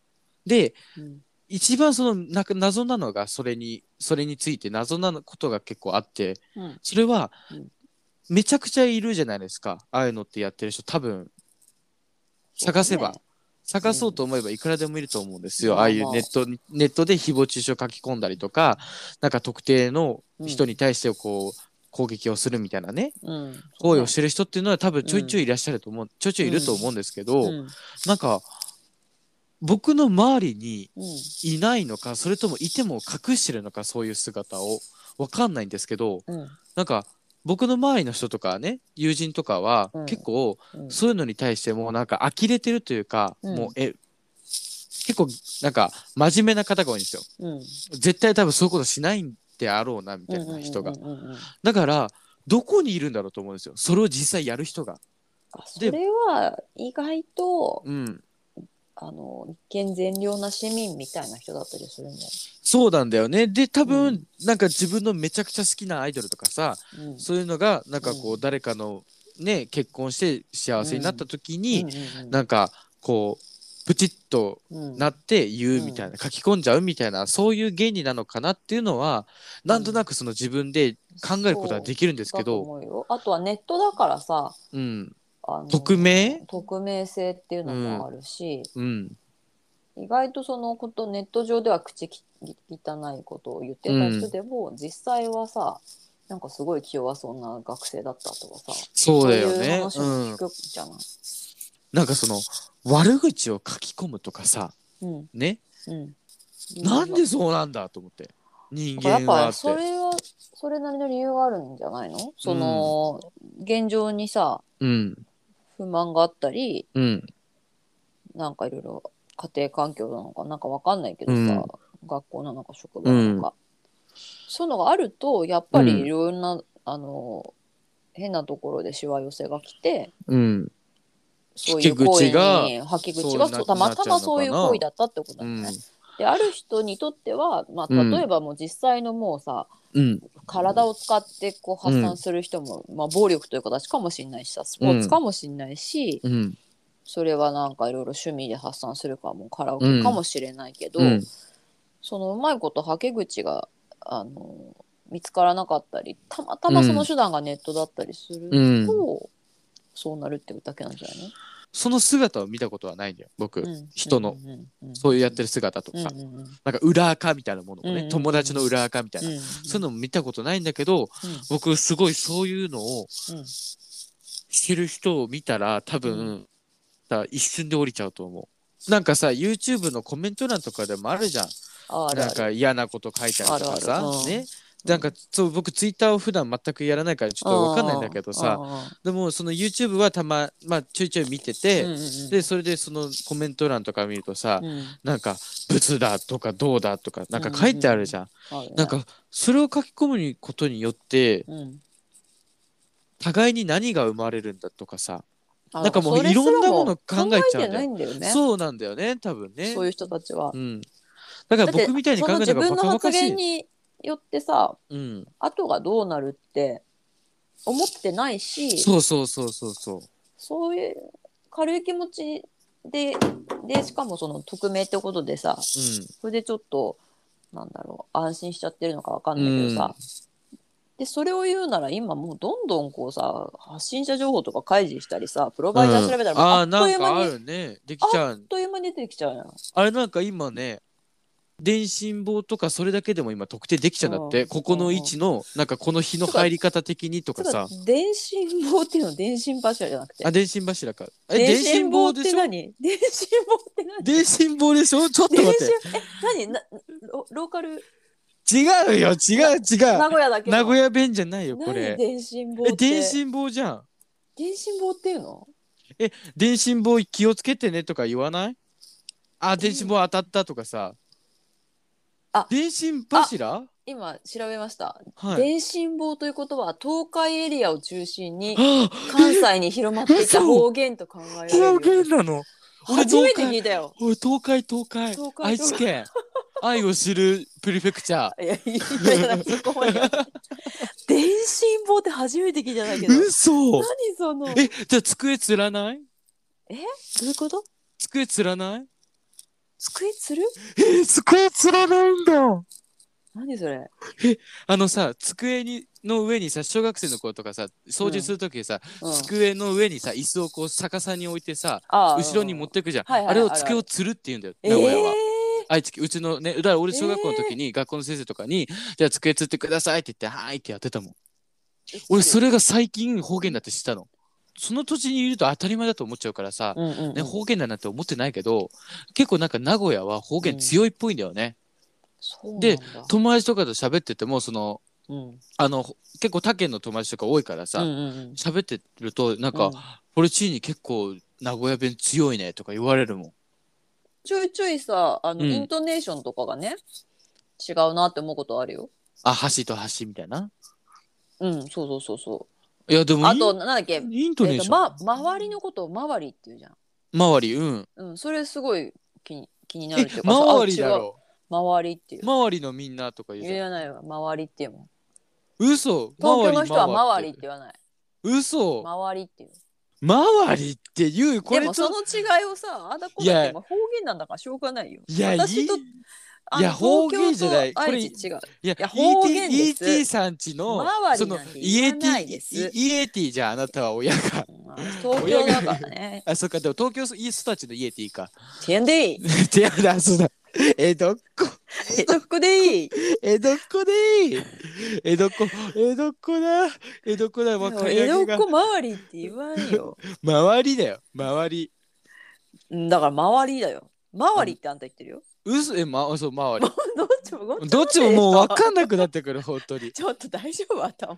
でうん一番そのな謎なのがそれにそれについて謎なことが結構あってうんそれはうんめちゃくちゃいるじゃないですかああいうのってやってる人多分探せば、そうね探そうと思えばいくらでもいると思うんですよ、まああまああいうネットにネットで誹謗中傷を書き込んだりとかなんか特定の人に対してこう、攻撃をするみたいなねうん。行為をしてる人っていうのは多分ちょいちょいいらっしゃると思う、ちょいちょいいると思うんですけど、うんなんか僕の周りにうんいないのかそれともいても隠してるのかそういう姿をわかんないんですけどうんなんか僕の周りの人とかね友人とかはうん結構うんそういうのに対してもうなんか呆れてるというか、うんもうえ結構なんか真面目な方が多いんですようん絶対多分そういうことしないんであろうなみたいな人が、うんうんうんうんだからどこにいるんだろうと思うんですよそれを実際やる人があそでれは意外とうんあの一見善良な市民みたいな人だったりするんだよ、そうなんだよねで多分、うんなんか自分のめちゃくちゃ好きなアイドルとかさうんそういうのがなんかこうう誰かのね結婚して幸せになった時に、うんなんかこうプチッとうんなって言うみたいな、書き込んじゃうみたいなそういう原理なのかなっていうのはなんとなくその自分で考えることはできるんですけだとど、思うよあとはネットだからさうんあの匿名匿名性っていうのもあるし、うん意外とそのことネット上では口き汚いことを言ってた人でも、実際はさなんかすごい気弱そうな学生だったとかさそうだよそういうね話うも聞ん、くじゃない、なんかその悪口を書き込むとかさうんねうんなんでそうなんだと思って人やっ間はぱっそて。れはそれなりの理由があるんじゃないのその、現状にさうん不満があったりうん。なんかいろいろ家庭環境なのかなんかわかんないけどさ、うん学校なのか職場なのか、そういうのがあるとやっぱりいろんな、あの変なところでしわ寄せが来てうん。そういう行為吐き口がに吐き口がそうなそうたまたまそういうなっちゃうのかな行為だったってことだうよね。ん。である人にとっては、まあ、うん例えばもう実際のもうさ、うん。体を使ってこう発散する人も、まあ、暴力という形かもしれないしさスポーツかもしれないし、うん。それはなんかいろいろ趣味で発散するかもカラオケかもしれないけど、うん。そのうまいことはけ口があの見つからなかったりたまたまその手段がネットだったりすると、うんそうなるってだけなんじゃないの、その姿を見たことはないんだよ、僕。うん人のうんうんうんそういうやってる姿とか、うんうんうなんんか裏垢みたいなものをね、うん友達の裏垢みたいな、うんそういうのも見たことないんだけど、うん僕すごいそういうのをうんしてる人を見たら多分、うさ一瞬で降りちゃうと思うなんかさ YouTube のコメント欄とかでもあるじゃんあるあるなんか嫌なこと書いたりとかさあるあるうんねなんかそう僕ツイッターを普段全くやらないからちょっとわかんないんだけどさうんうんうんでもその YouTube はたま、まあ、ちょいちょい見てて、うんうんうんでそれでそのコメント欄とか見るとさ、うんなんか「ブツだ」とか「どうだ」とかなんか書いてあるじゃん。あるねなん、かそれを書き込むことによってうん、互いに何が生まれるんだとかさ、あなんかもうそれすらいろんなもの考えちゃうんだよ考えてないんだよねそうそうなんだよね多分ね。いう人たちは。うん、だから僕みたいに考えだってたそらのバ自分のカバ発カしい言。によってさうん、後がどうなるって思ってないしそうそうそうそうそうそう。いう軽い気持ちででしかもその匿名ってことでさそれでちょっとなんだろう安心しちゃってるのかわかんないけどさ、でそれを言うなら今もうどんどんこうさ発信者情報とか開示したりさプロうん、バイダー調べたらもうあああっーとないうんかあ間に、あっるねできちゃう。という間に出てきちゃうよ。あれなんか今ね電信棒とかそれだけでも今特定できちゃうんだって、うんここの位置のなんかこの日の入り方的にとつかうさか。電信棒っていうの電信柱じゃなくてあ電信柱か。え電電信信棒棒っでてしょ何電信棒って何電信棒でしょちょっと待電って。信え何なロローカル違うよ違う違名う。古屋だけど名古屋弁じゃないよこ何れ。電信棒っえて電信棒じゃん。電信棒っていうの電信棒気をつけてねとか言わないあ電信棒当たったとかさ。あ電信柱今調べました、はい。電信棒ということは東海エリアを中心にはあ関西に広まっていた嘘方言と考えられる方よ言なの俺初めて東海聞いたよおい東海東海東海愛知県愛を知るプリフェクチャー。いやいやいやそこまでは電信棒って初めて聞いたんだけど何嘘そのえじゃあ机つらないどういうこと机つらない机つるえ机つらないんだ何それあのさ机にの上にさ小学生の子とかさ掃除する時さ、うん机の上にさ椅子をこう逆さに置いてさあー後ろに持ってくじゃん、はいはいあれをあるある机をつるって言うんだよえ名古屋は。え愛知県うちのねだから俺小学校の時に、学校の先生とかに「じゃあ机つってください」って言って「はーい」ってやってたもんー俺それが最近方言だって知ったのその土地にいると当たり前だと思っちゃうからさ、うんうんうんね、方言だなんて思ってないけど結構なんか名古屋は方言強いっぽいんだよね、そうなんだで友達とかと喋っててもそのうんあの結構他県の友達とか多いからさうんうんうん喋、ってるとなんか、うんポルチーニ結構名古屋弁強いねとか言われるもんちょいちょいさあの、うんイントネーションとかがね違うなって思うことあるよあ橋と橋みたいなうんそうそうそうそいやでうもあインとなんだっけ、えっイントネーとション、ま、周りのことを周りって言うじゃん、周りうんうん、それすごい気に気になるえっていうかさ周りだあ違うろ周りっていう、周りのみんなとか言うじゃん言えないわ周りっていうもん嘘東京の人は周周りりって言わない嘘周りっていう周りって言うこでれもちょそっとの違いをさあんたこうやっても方言なんだからしょうがないよいやいい私とあのいや方言東じゃ京ないとこれ愛知違ういや、いや方言です ET, ET さんちの、周そりのなんてイ言エわテないですィ、イイエティじゃんあなたは親が。まあ東京だからね。あ、そっか、でも東京育ちのイエティか。てんでいい。手やだ、そうだ。江戸っ子、えとこ *laughs* でいい。江戸っ子でいい。江戸っ子、江戸っ子だ。江戸っ子だ、若い江戸上っが子。周りって言わん *laughs* よ。周りだよ、周り。うんだから周りだよ。周りってあんた言ってるよ。 *laughs* 嘘え、ま、そう、周り。どっちもごっちゃどっちももう分かんなくなってくる、本当に。ちょっと大丈夫頭。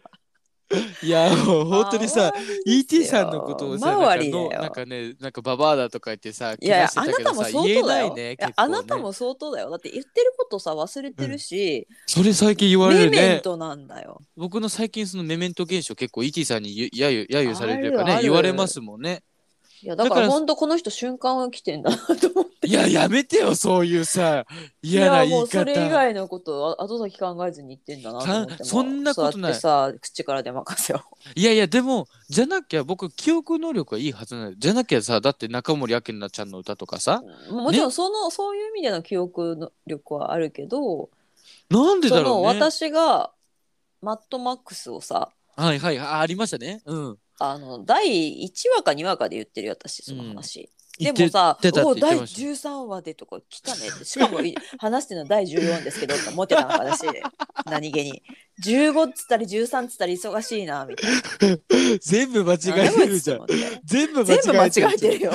いやもう本当にさあ、 E.T. さんのことをさなん周かりだのよなんかねなんかババアだとか言ってさいやいやけなしてあなたけたどもさ相言え当なだいよ、ねいや結構あねなたも相当だよだって言ってることさ忘れてるし、それ最近言われメるメンねトなんだよ僕の最近そのメメント現象結構 E.T. さんにゆ揶揄揶揄されてるかあるあねる言われますもんねいやだだかからら本当この人瞬間を生きてんだなと思ってい *laughs* ややめてよそういうさ嫌な言いもうそれ以方外のことを後先考えずに言ってんだなと思ってかそんなことないそうやってさ口から出まか *laughs* せよいやいやでもじゃなきゃ僕記憶能力はいいはずなのじゃなきゃさだって中森明菜ちゃんの歌とかさもちろんその、そういう意味での記憶の力はあるけど、なんでそだのろうね私がマッドマックスをさはいはいあありましたねうんあの第1話か2話かで言ってるよ私その話、言ってでもさ言ってたおっうて言っ第てました13話でとか来たねってしかもい話してるの第14ですけどって思ってたの *laughs* 私何気に15っつったり13っつったり忙しいなみたいな全部間違えてるじゃん何でもいいっすよ全部全部間違えじゃんてるよ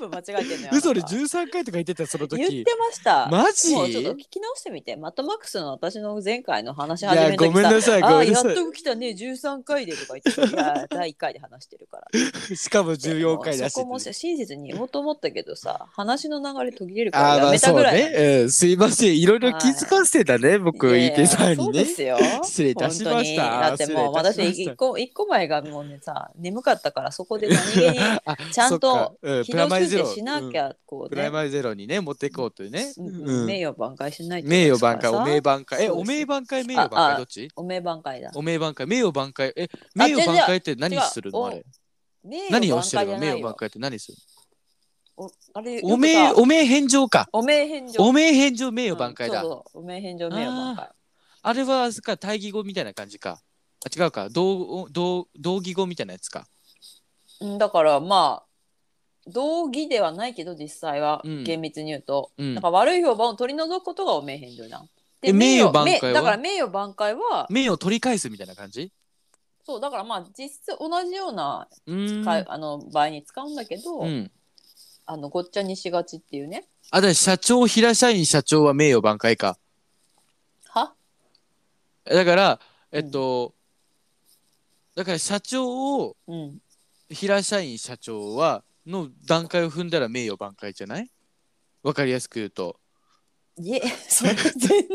全部間違えてるのよ嘘であなた13回とか言ってたその時言ってましたマジもうちょっと聞き直してみてマットマックスの私の前回の話しい始めやのご時めんさなさいあごあめんやなっさと来たね13回でとか言ってたいや第1回で話してるからいしかも14回でもだしそこもさ親切に言おうと思ったけどさ話の流れ途切れるからあーまやあめたそうぐらい、ね、うん、すいませんいろいろ気遣わせてたね僕い伊やいや手さんそにうでねすよ失礼いたしました本当にだってもう失私礼いたしました一個一個前がもうねさ眠かったからそこで何気にあ *laughs* ちゃんとそっかうん *laughs* 軌プラ道マイゼ修正ロしなきうんゃこうプラねイマイゼロにね持っていこうというね、うんうん名誉挽回しないといけ名ない誉ですか挽回らさお名挽回えそうおです名挽回名誉挽ああ回どっちお名挽回だお名挽回名誉挽回え名誉挽回って何するの違あうれ名誉何を挽して回るじのゃな名誉い挽よ回って何するおあれおよ名くさお名返上かお名返上お名返上名誉挽回だ、うんそうそうお名返上名誉挽回あれはあれか対義語みたいな感じかあ違うか同同同義語みたいなやつかうんだからまあ道義ではないけど実際はうん厳密に言うと、うんなんか悪い評判を取り除くことがお名返上じゃん。え名誉挽回はめだから名誉挽回は名誉を取り返すみたいな感じそうだからまあ実質同じようなうーん使い、あの場合に使うんだけど、うんあのごっちゃにしがちっていうね。あだから社長平社員社長は名誉挽回かはだからえっと、だから社長をうん。平社員社長はの段階を踏んだら名誉挽回じゃないわかりやすく言うといえ、 *laughs* それ全然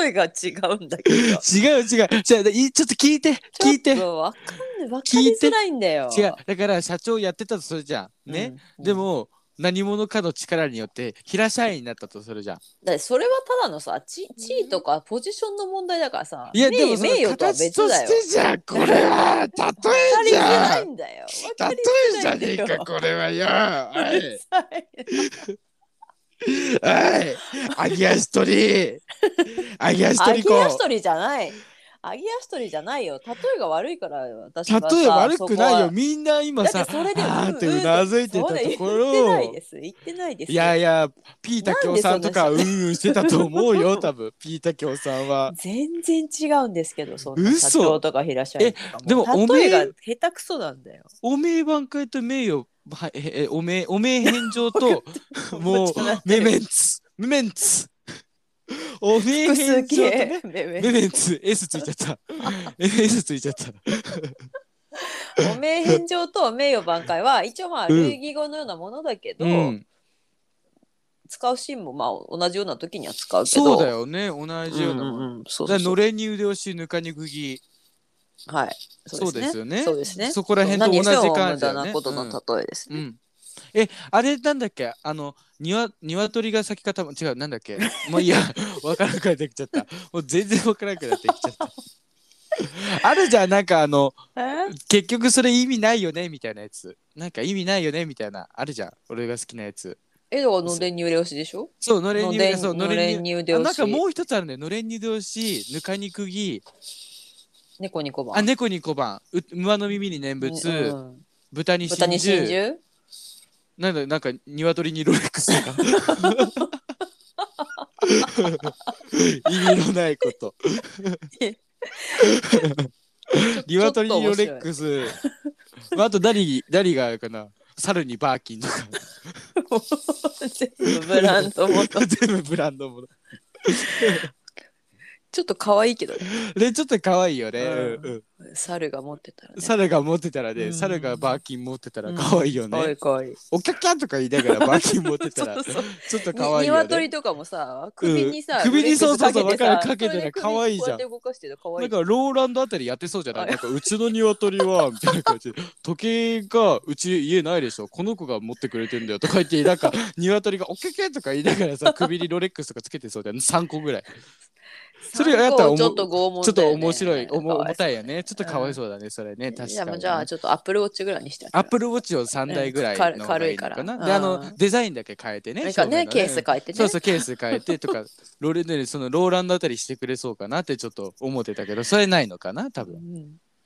例えが違うんだけど。違う違うじゃあいちょっと聞いて *laughs* 聞いて違うちょっとわかんない。わかりづらいんだよ。だから社長やってたとするじゃんね、うんでも何者かの力によって平社員になったとするじゃんだってそれはただのさ地地位とかポジションの問題だからさいや名でもその名誉とは形別とだしよてじゃんこれは例えじわかりづらゃいんんだよわか例りえづじらゃいんねだえよかこれはよおいおい揚げ足取り揚げ足ア取りギア子ストリじゃないアギアストリじゃないよ例えが悪いから私はさ例え悪くないよそこみんな今はださってそれであーってんうなずいてたそうだとこ言ってろないをです言ってないですいやいやピータキョウさんとかなうんんでうんしてたと思うよ多分ピータキョウさんは全然違うんですけどそんな嘘社長とか平社員とかえでもおめ例ええが下手くそなんだよおめえ挽回と名誉はいええおめえおめえ返上 *laughs* ともうメメンツメメンツおめえ複返数上とね形めめメメンツ S ついちゃった *laughs* S ついちゃったお名返上と名誉挽回は一応まあ類義語のようなものだけど、うん使うシーンもまあ同じような時には使うけどそうだよね同うんじようなもんうんうんそだうそうからそのうれんに腕押しぬかに釘はいそうですよねそうですねそこら辺と同じ何にしても感じだよね無駄なことの例えですうね、んえあれなんだっけあのにわ鶏が咲き方も違うなんだっ *laughs* けもういいや *laughs* わからなくなってきちゃったもう全然わからなくなってきちゃった *laughs* あるじゃんなんかあのえ結局それ意味ないよねみたいなやつなんか意味ないよねみたいなあるじゃん俺が好きなやつえだからのれんに腕押しでしょそうのれんのにれんそうのれんに腕あ押なんしかもう一つあるねのれんに腕押しぬかに釘猫に小判あ猫に小判う馬の耳に念仏、うん豚に豚真に真珠珠なんだなんか鶏にロレックスとか *laughs* 意味のないこと *laughs* 鶏にロレックス、まあ、あと誰誰があるかな猿にバーキン *laughs* とか *laughs* 全部ブランドもの全部ブランドものちょっと可愛いけどね、でちょっと可愛いよね、うんうん猿が持ってたらうんね。猿が持ってたらね、うん猿がバーキン持ってたら可愛いよね、可愛い可愛い。おかかとか言いながらバーキン持ってたら *laughs* そうそうちょっと可愛いよにね鶏とかもさ首にさ、うん首にそうそうそう腕くずさわかるかけてねそれで首可愛いじゃんこうやって動かしてる可愛ないんかローランドあたりやってそうじゃないあなんかうちの鶏はみたいな感じで時計がうち家ないでしょこの子が持ってくれてんだよとか言ってなんか鶏が「おっけけ」とか言いながら *laughs* さ首にロレックスとかつけてそうだよね3個ぐらいそれやったらおもちょっと拷問ちょっだとよね面白いおもかわ重いそうたいよねちょっとかわいそうだねそれね確じゃかあもうにじゃあちょっとアップルウォッチぐらいにしてアップルウォッチを3台ぐらいの方がうん軽いのか軽いなからであうのんデザインだけ変えてねなんかね照明のケース変えてねそうそうケース変えてとかローレンドでそのローランドあたりしてくれそうかなってちょっと思ってたけどそれないのかな多分うん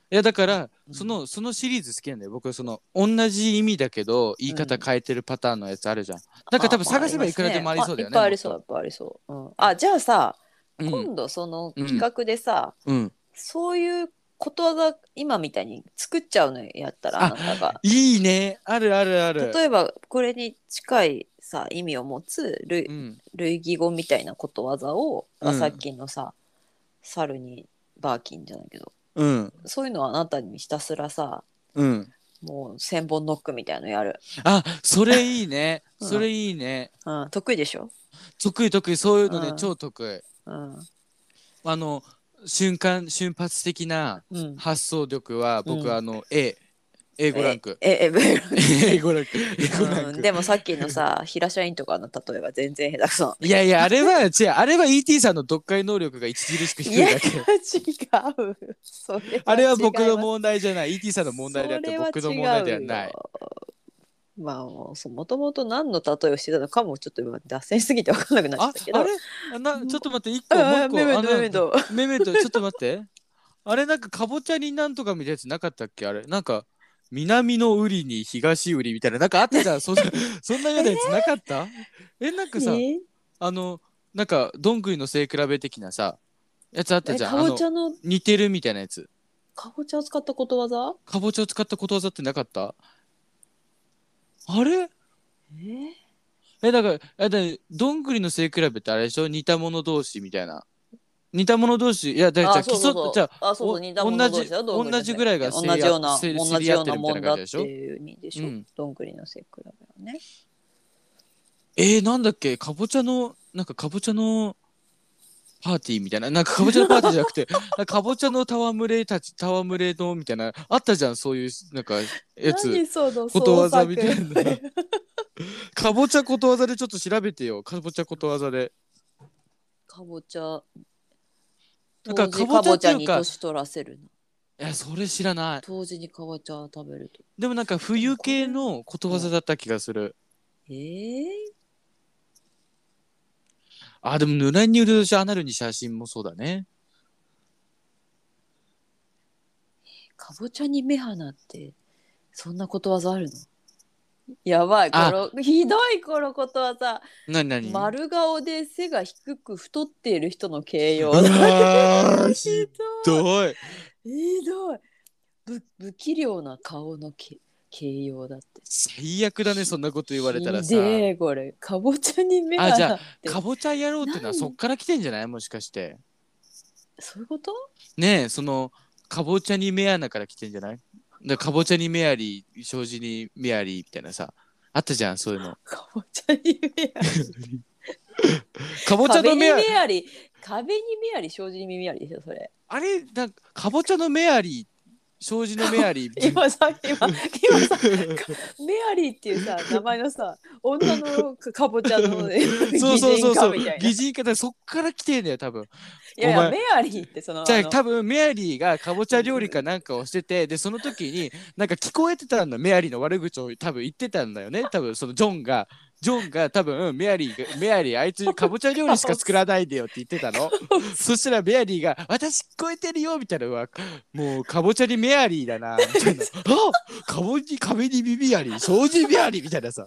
いやだから、うんそのそのシリーズ好きなんだよ僕その同じ意味だけど言い方変えてるパターンのやつあるじゃん、だから多分まあまあ探せばいくらでもありそうだよねいっぱいありそういっぱいありそう、うん、あじゃあさ、うん今度その企画でさ、うんそういうことわざ今みたいに作っちゃうのやったあらあなたがいいねあるあるある例えばこれに近いさ意味を持つ類,、うん、類義語みたいなことわざを、まあうんさっきのさ猿にバーキンじゃないけどうんそういうのはあなたにひたすらさうん、もう千本ノックみたいのやる、あそれいいね、 *laughs* うんそれいいねうん、得意でしょ、得意得意そういうのね、うん超得意うんあの瞬間瞬発的なうん、発想力は僕、うんあの A A5 ランクえええ *laughs* A5 ランク A5 ランうクん、でもさっきのさ平社員とかの例えば全然下手くそいやいや、あれは、違う、あれは ET さんの読解能力が著しく低いだけ。違うそ *laughs* れあれは僕違いのます問題じゃない。ET さんの問題であって、僕の問題ではない。まあもともと何の例えをしてたのかもちょっと今脱線しすぎて分かんなくなっちゃあったけ、どあれなちょっと待って、一個、もうあ一メメ個、ドあメメの、ドメメと、ちょっと待って。 *laughs* あれ、なんか、かぼちゃになんとかみたいなやつなかったっけあれ、なんか、南の売りに東売りみたいな、なんかあったじゃ *laughs* ん。そんな、そんなようなやつなかったえ、なんかさ、えあの、なんか、どんぐりの背比べ的なさ、やつあったえじゃかん。あぼのち、ゃの似てるみたいなやつ。かぼちゃを使ったことわざかぼちゃを使ったことわざってなかったあれええだからえだどんぐりの背比べってあれでしょ似た者同士みたいな似た者同士いやだからじゃあ基礎じゃああそうそうお似たもの同士だ同じ同じぐらいが同せいやじようなせ同競じり合よっうてなるみたもいんなだ感っじでしてょいう意味でしょ、うんどんぐりの背比べはねえー、なんだっけかぼちゃのなんかかぼちゃのパーティーみたいななんかかぼちゃのパーティーじゃなく *laughs* てなんかかぼちゃの戯れたち戯れのみたいなあったじゃんそういうなんかやつ何そのことわざみたい創な作 *laughs* かぼちゃことわざでちょっと調べてよかぼちゃことわざでかぼちゃな当んか時かかぼぼちちゃゃっていうにか年取らせるないやそれ知らない当時にかぼちゃを食べるとでもなんか冬系のことわざだった気がする。えー、あ、でもぬらにうるしアナルに写真もそうだね。かぼちゃに目鼻ってそんなことわざあるのやばいこのひどいこのことわざなになに丸顔で背が低く太っている人の形う容わーひひどいどい。ひどいぶ不器量な顔のけ形容だって最悪だね、そんなこと言われたらさひ。でえこれかぼちゃに目あ、じゃ鼻あ、かぼちゃ野郎ってのは何そっから来てんじゃないもしかして。そういうことねえ、その、かぼちゃに目穴から来てんじゃないだかぼちゃにメアリー、障子にメアリーみたいなさ。あったじゃん、そういうの。かぼちゃに目鼻かぼちゃ壁のにメアリー。メアリー壁にメアリー障子にメアリーですよそれあれ、なんか、かぼちゃのメアリー、障子のメアリーみたいな。今さ今今さメアリーっていうさ名前のさ女のかかぼちゃのね擬そうそうそ人うそ化 *laughs* うみたいな擬い人化でそっから来てんだよ多分やおいや前メアリーってそのじゃああの多分メアリーがかぼちゃ料理かなんかをしててでその時になんか聞こえてたんだメアリーの悪口を多分言ってたんだよね多分そのジョンがジョンが多分メアリーがメアリーあいつかぼちゃ料理しか作らないでよって言ってた *laughs* のそしたらメアリーが「私聞こえてるよ」みたいなうわもうかぼちゃにメアリーだなみたいな「あかぼに壁にビビアリー障子メアリー」みたいなさ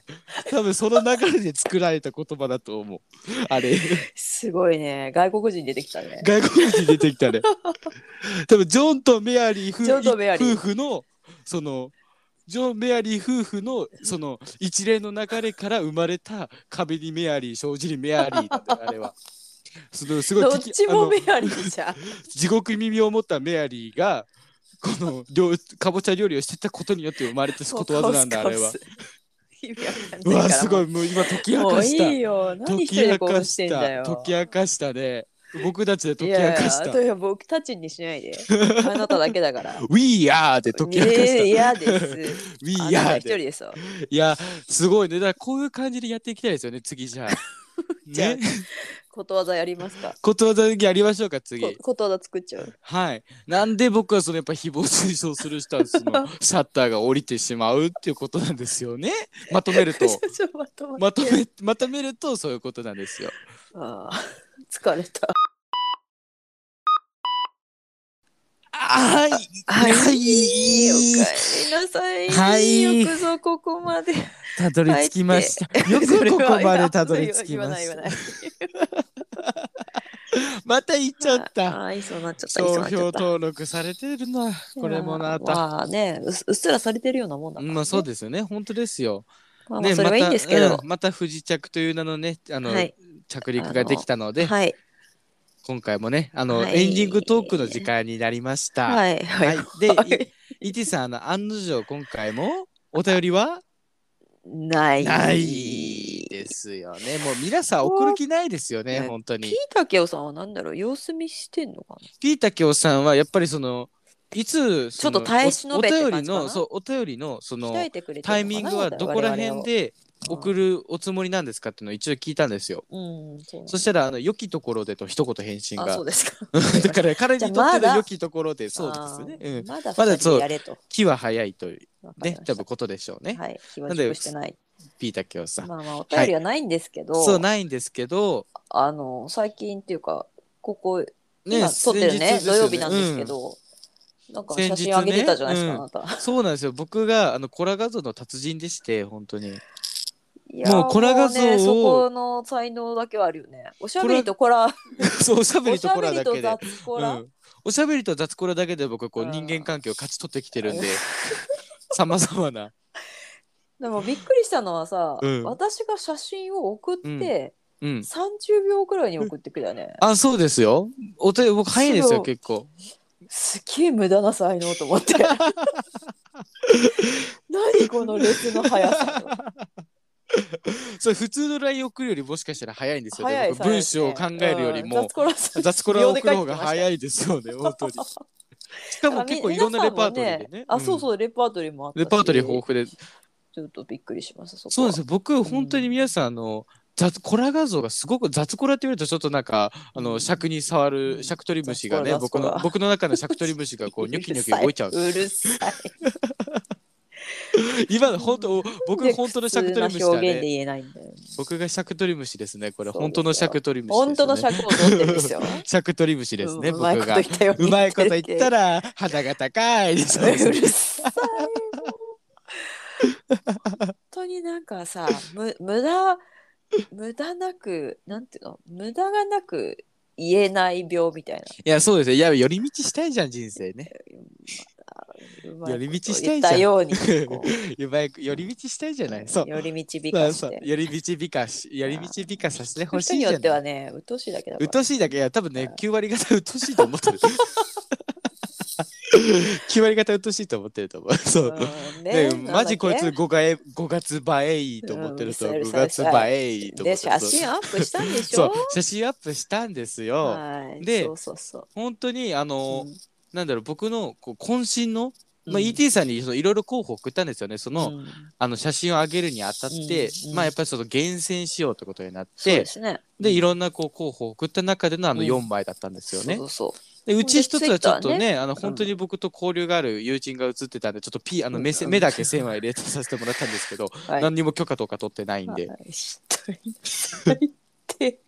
多分その流れで作られた言葉だと思うあれ。すごいね外国人出てきたね外国人出てき *laughs* たね。多分ジョンとメアリー夫ジョンとメアリー夫婦のそのジョン・メアリー夫婦のその一連の流れから生まれた壁にメアリー、障子にメアリーなんだよあれは。すごいすごいどっ聞きちあものメアリーじゃん。地獄耳を持ったメアリーがこの料かぼちゃ料理をしてたことによって生まれたことわざなんだあれは。 *laughs* 意味わかんなういからわすごいもう今解き明もかうしたいいよ。何解一き人で明こかうしてんしだたよ。解き明かしたで僕たちで解いき明やいかや、しあたとは僕たちにしない *laughs* で。あなただけだから。 「We are」で解き明かしたえー「嫌 *laughs* です。 We あなた are」一人でですよ。いやすごいねだからこういう感じでやっていきたいですよね次じゃあ *laughs* じゃあねことわざやりますか。ことわざやりましょうか次こことわざ作っちゃう。はいなんで僕はそのやっぱ誹謗中傷するスタンスのシャッターが降りてしまうっていうことなんですよ *laughs* ねまとめるとちょっと待ってまとめまとめるとそういうことなんですよああ疲れた。あーはいおかえりなさい。はいよくぞここまで。たどり着きました。よ *laughs* くそれこはこまでたどり着き言わまない言わしない。た。また行っちゃった。ああ、いそうなっちゃった。いそう商なっ標ちゃった。登録されてるな。これもなあた。まあねうす、うっすらされてるようなもんだから、ね。まあそうですよね。本当ですよ。まあまあね、それはいいんですけまど。た、うんまた不時着という名のね、あの、はい着陸ができたので、はい。今回もね、あの、はいエンディングトークの時間になりました。はい。はい。はい。で、い ET さん、あの、案の定今回もお便りはない。ないですよね。もう皆さん送る気ないですよね、ね本当にピー。タケオさんは何だろう様子見してんのかなピータケオさんはやっぱりそのいつそのちょっと耐え忍べっておお感じかな便りのそうお便りのその鍛えてくれてタイミングはどこら辺でを送るおつもりなんですかっていうのを一応聞いたんですよ。うんそうなんだそしたらあの良きところでと一言返信あそがう。ですか *laughs* だから彼にとじゃあってまのだ良きところでそうですね。うん、あーまだまだ二そう人でやれと気は早いというわかりねました多分ことでしょうね。はい気は熟してないピータケオさん。まあまあお便りはないんですけど、そうないんですけどあの最近っていうかここね今撮ってる先日ねです土よね曜日なんですけど、なんか写真あげてたじゃないですか、先日ねあなたうんそうなんですよ僕があのコラ画像の達人でして本当 *laughs* に。いやーもうコラ画像をもうねそこの才能だけはあるよねおしゃべりとコラそうおしゃべおりしとゃコべラりだとけで。雑コラ、うん、おしゃべりと雑コラだけで僕はこううん人間関係を勝ち取ってきてる *laughs* んでさまざまな、でもびっくりしたのはさ、うん私が写真を送ってうん、 30秒ぐらいに送ってくれたよね、あそうですよお手僕早いですそよう結構すっげえ無駄な才能と思って *laughs* 何このレスの速さそれ普通の LINE 送るよりもしかしたら早いんですよね早い僕文章を考えるよりも、雑コラを送る方が早いですよね本当にしかも結構いろんなレパートリーでねあそううそうレパートリーもあったんレパートリー豊富富でちょっとびっくりしましたそそうなんですよよ僕本当に皆さんあの雑コラ画像がすごく雑コラって言われるとちょっとなんかあうのん尺に触うるん尺取り虫がね雑僕コラの僕の中の尺取り虫がこうニョキニョキ動いちゃう *laughs* うるさい今の本当 *laughs* 僕本当の尺取り虫普通なだ表現でね言えないんだよ僕が尺取り虫ですねこれそうですよ本当の尺取り虫ですね本当の尺を取ってるんですよ尺取り虫ですねう僕まいことが言ったようまいこと言ったら *laughs* ら肌が *laughs* 高いですうるさい本当になんかさむ無駄無駄なくなんていうの無駄がなく言えない病みたいないやそうですねいや寄り道したいじゃん人生ねうまいこと寄り道した言いっじゃんたようにこううまい寄り道したいじゃ *laughs* ないそう寄り道美そう化そしうて寄り道美化し寄り道美化させてほし人いにじゃよなっいてはねうっとうしいだけだかうっらとうしいだけいや多分ねうん9割方うっとうしいと思ってる *laughs* 9割方うっとうしいと思ってると *laughs* 思うそう、うんねねマジこいつなんだっ5回5月映えいいと思ってるとうんうる5さいうる月さい映えいいけと思でって写る真アップしたんでしそうょ写真アップしたんですよはいでそうそうそう本当にあの、うんなんだろう僕のこう渾身の、まあ、うん ET さんにそのいろいろ候補送ったんですよねその,、うんあの写真を上げるにあたって、うんうんまあやっぱりその厳選しようってことになっそうてですねでいろんなこう候補を送った中でのあのうん4枚だったんですよね。そうそうそうでうち一つはちょっとね Twitter あの本当に僕と交流がある友人が映ってたんでちょっとピーあの目,、うん目だけ線は入れさせてもらったんですけど、はい何にも許可とか取ってないんで、はい一人最低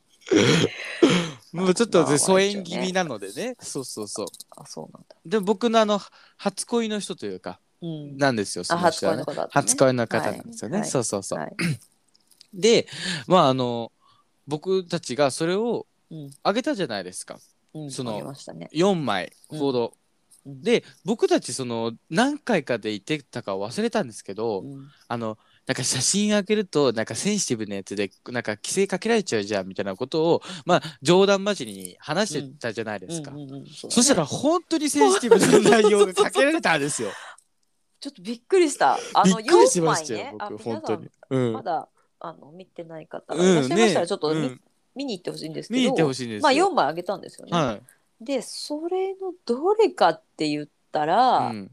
もうちょっとまあまあ疎遠気味なのでねそうそうそうあそうなんだで僕のあの初恋の人というかうんなんですよそあの初人は恋ねの方だったね初恋の方なんですよね、はいそうそうそう、はいでまああの僕たちがそれをうんあげたじゃないですかうんそのありましたね4枚ほど、うんうんで僕たちその何回かで言ってたか忘れたんですけど、うんあのなんか写真開けるとなんかセンシティブなやつでなんか規制かけられちゃうじゃんみたいなことをまあ冗談交じりに話してたじゃないですか、うんうんうんそうだねそしたら本当にセンシティブな内容がかけられたんですよちょっとびっくりした。 *laughs* あびのっくりしました4枚よねあ僕皆本さ当んに、うんまだあの見てない方がいらっうしんゃいましねたらちょっとう見,、ん、見に行ってほしいんですけど見に行ってほしいんですよまあ4枚あげたんですよね。はいでそれのどれかって言ったら、うん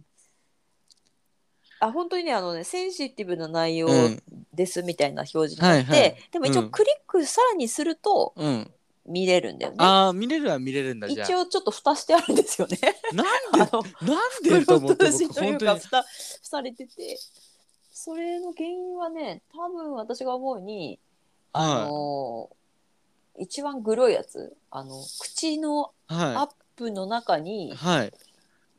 あ本当にねあのねセンシティブな内容うんですみたいな表示になって、はいはいでも一う応んクリックさらにするとうん、見れるんだよね。ああ見れるは見れるんだじゃ一応ちょっと蓋してあるんですよね。あなん *laughs* あでのなんブでルと思っーて通信僕とい本う当かに蓋されててそれの原因はね多分私が思うにあはのー一番グロいやつあの口のいはアップの中に、いはい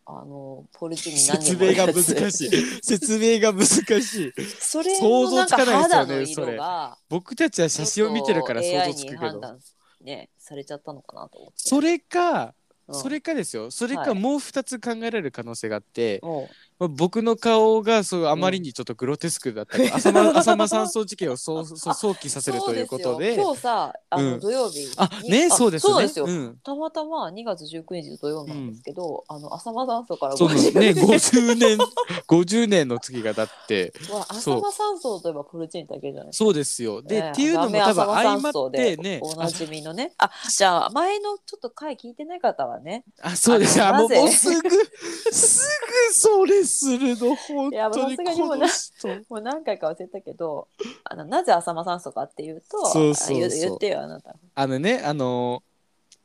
あのーポルチに何説人も明いるやがつ難しい説明が難しいそれ想の像なんつかかないですよ肌ねの色が僕たちは写真を見てるからちょっ想像とつくけ AI に判ど断ねされちゃったのかなと思ってそれかうんそれかですよそれはかいもう2つ考えられる可能性があって、おうまあ僕の顔がそうあまりにちょっとグロテスクだったり、浅間浅間山荘事件を *laughs* そうそう想起させるということそうですよ今日さあうのん土曜日に、あねそうですよねそうですよ、うん、たまたま2月19日の土曜なんですけど、あの浅間山荘からそうですね50 50年年 *laughs* 50年の月がだっては浅間山荘といえばプルチンだけじゃないですか。そうですよで、ねえっていうのもラーメン多分浅間相ま山荘っでてねおおあなじみのね。あ、じゃあ前のちょっと回聞いてない方はね。あそうですああものうなぜもうすぐすぐそれするの本いや当にさすがにもこうのな人もう何回か忘れたけど、あのなぜ浅間山荘かっていうと、そうそうそうあ言言ってよあなた。あのねあの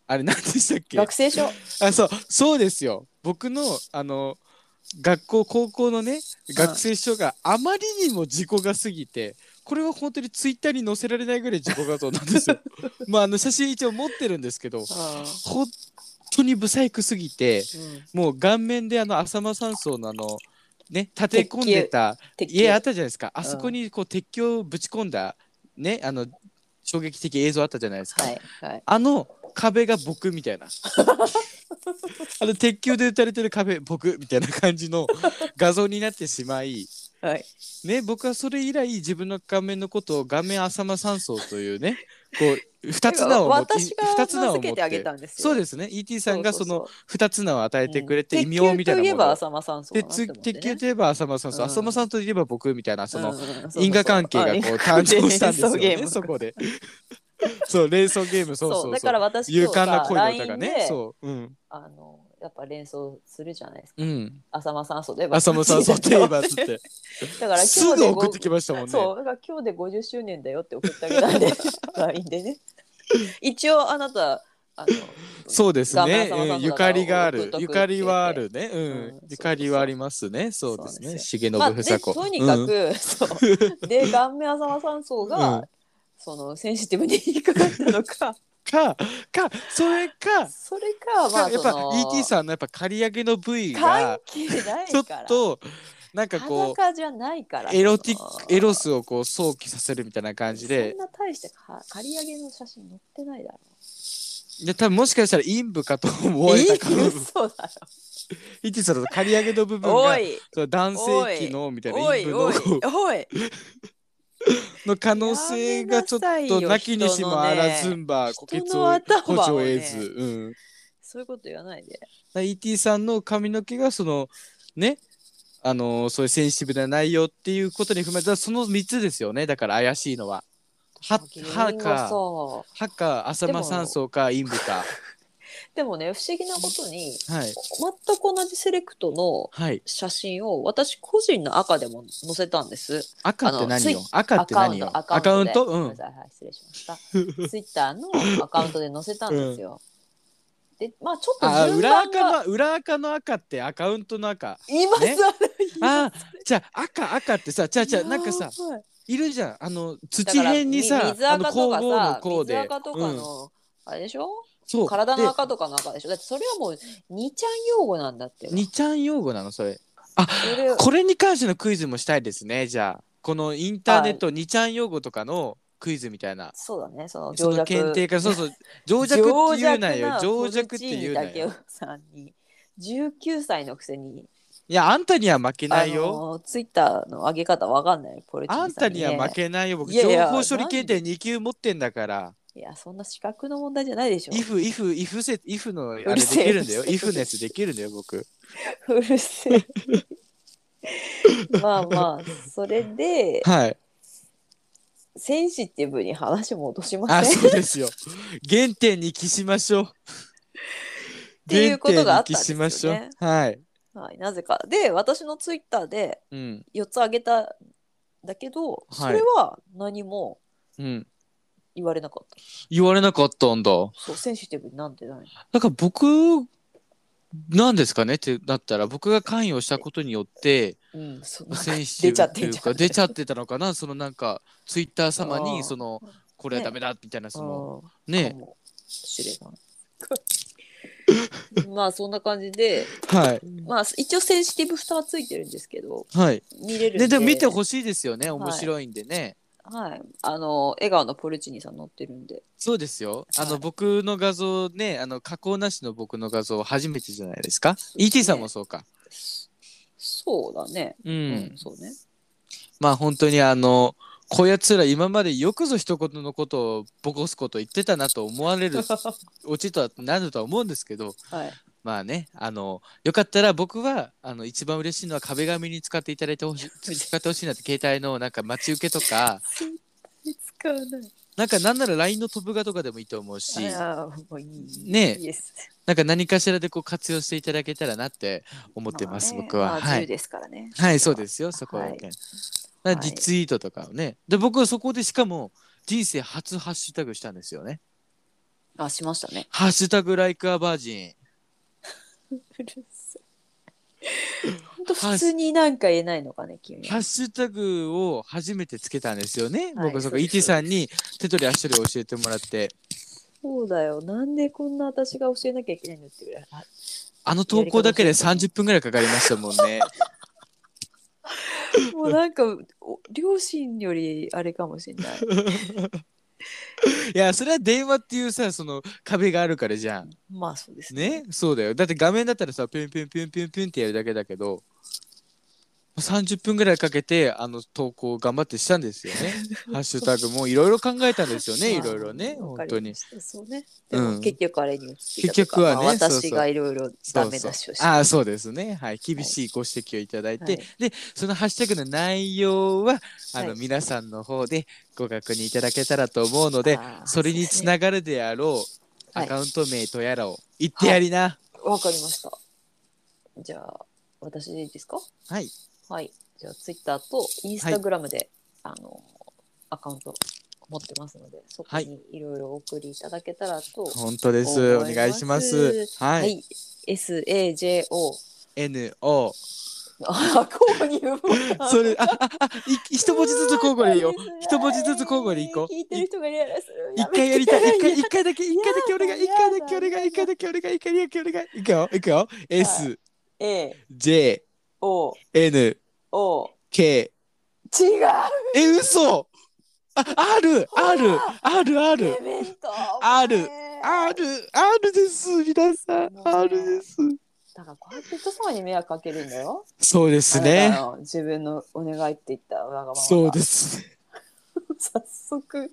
あれ何でしたっけ学生証。あそうそうですよ僕のあの学校高校のね学生証があまりにも事故が過ぎてこれは本当にツイッターに載せられないぐらい事故画像なん *laughs* ですよ。まああの写真一応持ってるんですけど本当に不細工すぎてうん。もう顔面であの浅間山荘のあのね立て込んでた鉄球家あったじゃないですかあそこにこう鉄橋をぶち込んだねあの衝撃的映像あったじゃないですか。はいはい。あの壁が僕みたいなあの鉄球で打たれてる壁僕みたいな感じの画像になってしまい、はいね、僕はそれ以来自分の画面のことを画面浅間山荘というねこう二つ名を持って私が二つ名を名持っ付けてあげたてんですそよ。うですね ET さんがそのうう二つ名を与えてくれてうん異名みたいな鉄球といえもばのを浅間山荘でかなっつて思ってね。鉄球といえば浅間山荘うん浅間さんといえば僕みたいなそのうんうんうんそうそうそう因果関係がこう誕生したんですよ連想ゲーねムそこで *laughs* そう連想ゲームそそううそうそうだから私勇今日敢なさ恋の LINE 歌がでね。そう。うん。あのやっぱ連想するじゃないですか。うん。浅間山荘で浅間さん、そう、テーマっつっ *laughs* だて。からす今日ぐで送ってきましたもんね。そうだから今日で50周年だよって送ってあげた *laughs* んで LINE でね。一応あなたあのそうですね。ガンうマン様ん々ゆかりがあ送っると。くゆかりはあるね。ううんん。ゆかりはありますね。そうですね。重信まあで房子。とにかく、うん。そうで顔面浅間山荘が、うんそのセンシティブに引っかかったのかか、か、 *laughs* それか、それかまかあやっそぱの ET さんのやっぱ刈り上げの部位関が、係ないちょっからと、なんかこ裸じゃないからう、エロティそッのク、エロスをこう、想起させるみたいな感じでそん、な大してか刈り上げの写真載ってないだろで、多分もしかしたら陰部かと思わう。れいたかも。嘘 *laughs* だ ET さんの刈り上げの部分ろ。おが、いそう男性器のみたいなお陰い部おのいおいの可能性がちょっやめなさといよなきにしもあらずんば人虎のね血を人の虎頭ををね得ず、うん、だかそういうこと言わないで。ら ET さんの髪の毛がそのねあのーそういうセンシティブな内容っていうことに踏まえたらその3つですよねだから怪しいのはは歯原因がかさ歯か浅間山荘か陰部かでもね不思議なことにはい全く同じセレクトのはい写真を私個人の赤でも載せたんです。赤ってあの何ツイよ赤って何よアカウントアカウントでうごめんなさいはい失礼しました。ツイッターのアカウントで載せたんですよ。でまあちょっとんあ順裏番赤がの裏赤の赤ってアカウントの赤今更ねあーじゃあ赤赤ってさじゃあじゃあなんか *laughs* さやばいいるじゃんあのだ土から辺にみさ水あの垢と皇か后さの皇で水垢とかうんの、あれでしょそう体の赤とかの赤でしょだってそれはもう二ちゃん用語なんだってでば二ちゃん用語なのそれそれこれに関してのクイズもしたいですねじゃあこのインターネット二ちゃん用語とかのクイズみたいなそうだねそのそ情の弱検定からそうそう情弱 *laughs* って言うなよ情弱ポってルチ言ーうニなだけよをさんに19歳のくせにいや、あんたには負けないあよ。のツイッターの上げ方わかんないポルチーあニんさたんには負けないよ。僕、いや情いや報処理系で2級持ってんだから。いやそんな資格の問題じゃないでしょ if、if、if せ、if のあれうでるせえきるんだよ。うるせえ if のやつできるんだよ、 *laughs* 僕。うるせ *laughs* えまあまあそれではい。センシティブに話戻しまあ、せんそうですよ。原点に帰しましょう。ていうことがあった原点にんですよね帰しましょうはい。はい、なぜかで私のツイッターでうん。 4つあげたんだけどいそれは何もうん。言われなかった、言われなかったんだ。そうセンシティブになんてないだから僕、なんですかねってなったら、僕が関与したことによって、うんそんな選手出ちゃっといてんうじゃかん出ちゃってたのかなそのなんかツイッター様あーにそのこれはダメだみたいなそのうんかねもしれない。 *laughs* まあそんな感じで、はいまあ一応センシティブ蓋はついてるんですけど、はい見れるんで。ねでも見てほしいですよね面白いんでね、はい。あの笑顔のポルチーニさん載ってるんで。そうですよあの、はい僕の画像ねあの加工なしの僕の画像初めてじゃないですか ET さんもそうかそうだね。うん、うそう *laughs* ね。まあ本当にあのこやつら今までよくぞ一言のことをボコすこと言ってたなと思われるオチとはなるとは思うんですけどはい。まあね、あの、よかったら僕は、あの、一番嬉しいのは壁紙に使っていただいてほしい、使ってほしいなって、携帯のなんか待ち受けとか、使わない。なんかなんなら LINE の飛ぶがとかでもいいと思うし、ああ、もういい。ねいいです。なんか何かしらでこう活用していただけたらなって思ってます、あね僕は。まはあ自由い。ですからね。はい、そうですよ、そこは。はいだからリツイートとかをね。で、僕はそこでしかも、人生初ハッシュタグしたんですよね。あ、しました *laughs* ね。ハッシュタグライクアバージン。うるさい。本当普通になんか言えないのかね、君。ハッシュタグを初めてつけたんですよね。はい僕そそうこです ET さんに手取り足取り教えてもらって、そうだよ。なんでこんな私が教えなきゃいけないのってぐらい。あの投稿だけで30分ぐらいかかりましたもん *laughs* ね。もうなんかお両親よりあれかもしれない。いや、それは電話っていうさ、その壁があるからじゃん。まあそうですね、ね。そうだよ。だって画面だったらさ、ピュンピュンピュンピュンピュンってやるだけだけど、30分ぐらいかけてあの投稿を頑張ってしたんですよ *laughs* ね。ハッシュタグもいろいろ考えたんですよね、いろいろね、わ本かり当まに。したそうね。うでんも結局あれに移ってきたとか結局はねまあそうそう私がいろいろダメ出しそをうしそうああそうですねはい厳しいご指摘をいただいて、でそのハッシュタグの内容はあの、はい皆さんの方でご確認いただけたらと思うのであーそれにつながるであろうはアいカウント名とやらを言ってやりなわかりました。じゃあ私でいいですかはい、はい。じゃあツイッターとインスタグラムで、あのアカウント持ってますのでそこにいろいろお送りいただけたらと。本当ですお思願いしますはい、はい。SAJO。 NO あ、交互に言うもんそれあああい一文字ずつ交互でいいようわ一文字ずつ交互でいこう聞いてる人がやらする。一回やりたいやめ一て回一回くださいだけ一回だけお願い一や回だだけお願い一や回だだけお願い一回だけお願いいくよいくよ A SJN O O K 違う。え、嘘あ、ある、ある、ある、あエる、メント。あるもうねあ。る、あるです、皆さん、あるです。だからこうやって人様に迷惑かけるんだよ。そうですあなねた。の自分のお願いって言ったわがままが。そうです。早速。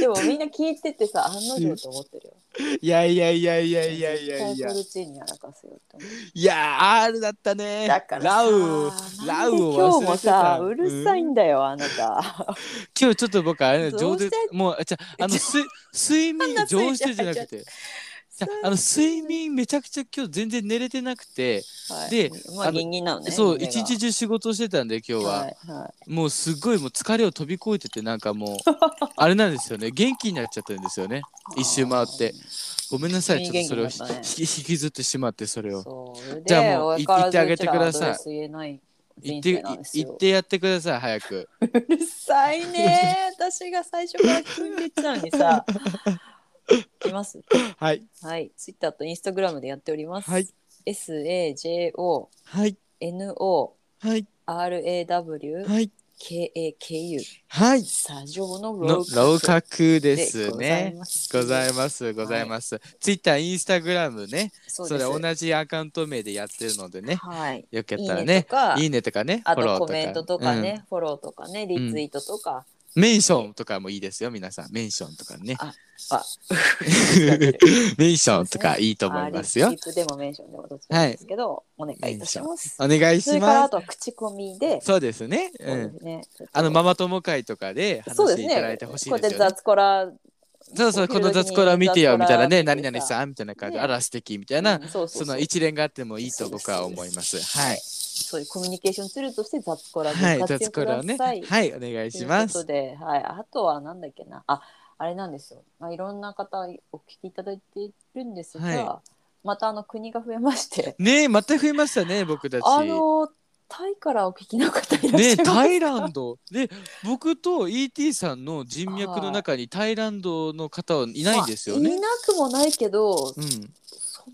でもみんな聞いててさ、案の定と思ってるよ。いやいやいやいやいやいやい絶対やフ。ルチーニやらかすよって思ういや、R だったね。だからラウ、さラウをなんで今忘日れもてた。さ、うるさいうんんだよ、あなた。今日ちょっと僕、あれ、ど上うし手て、もう、じゃあ、あの、す、睡 *laughs* 眠、話上手じゃなくて。じゃああの、睡眠、めちゃくちゃ今日全然寝れてなくて、は *laughs* いでまあのあ、ギンギンなのね。そう、胸が一日中仕事をしてたんで、今日は。いはもうすごいもう疲れを飛び越えててなんか *laughs* もうあれなんですよね元気になっちゃってるんですよねい、一周回ってごめんなさいち急ょっにとそれを元気ひになったね引き引きずってしまってそれをそうじじゃゃああももううい言相変わらずってあげてくださいちらアドレス言えない言っ人て生いなんです言っよてやってください早くうるさいね私が最初から聞いてたのにさいきますはいはいツイッターとインスタグラムでやっております、はい SAJONORAW はいはいはい KAKU、はい。砂上のの楼楼閣閣でですね。ございます、ございます。ツイッター、インスタグラムね、す。そそうでれす。同じアカウント名でやってるのでね、はい。よかっいいたらねねと、か、いいねとかね、あフォローととコかメントとかね、フォローとかね、リツイートとか、うんメンションとかもいいですよ、皆さん。メンションとかね。あ *laughs* メンションとかいいと思いますあよリ。ツイートでもメンションでもどっちでもいいですけど、お願いいたします。お願いそしれからまあす。とは口コミで、そうですね。そううでん。すねちょっとあのママ友会とかでそう話でしてすいたねだいてほしいこうやでっすてよね。雑コラそうそう、ここうの雑コラ見てよみたいなね、何々さんみたいな感じ、ねあら素敵みたいな、うんそうそうそそのう一連があってもいいと僕は思います。はい。そういうコミュニケーションツールとして雑コラではい、活用雑コくラだをね。さ。はいい、お願いといしうまことす。で、はい、あとはなんだっけな、あ、あれなんですよ。まあ、いろんな方お聞きいただいているんですが、はまたあの国が増え *laughs* まして、ねえ、また増えましたね、僕たち。あのタイからお聞きの方いらっねしゃいえ、ますか。タイランド。で、僕と ET さんの人脈の中にタイランドの方はいないんですよまあねい。なくもないけど、うん。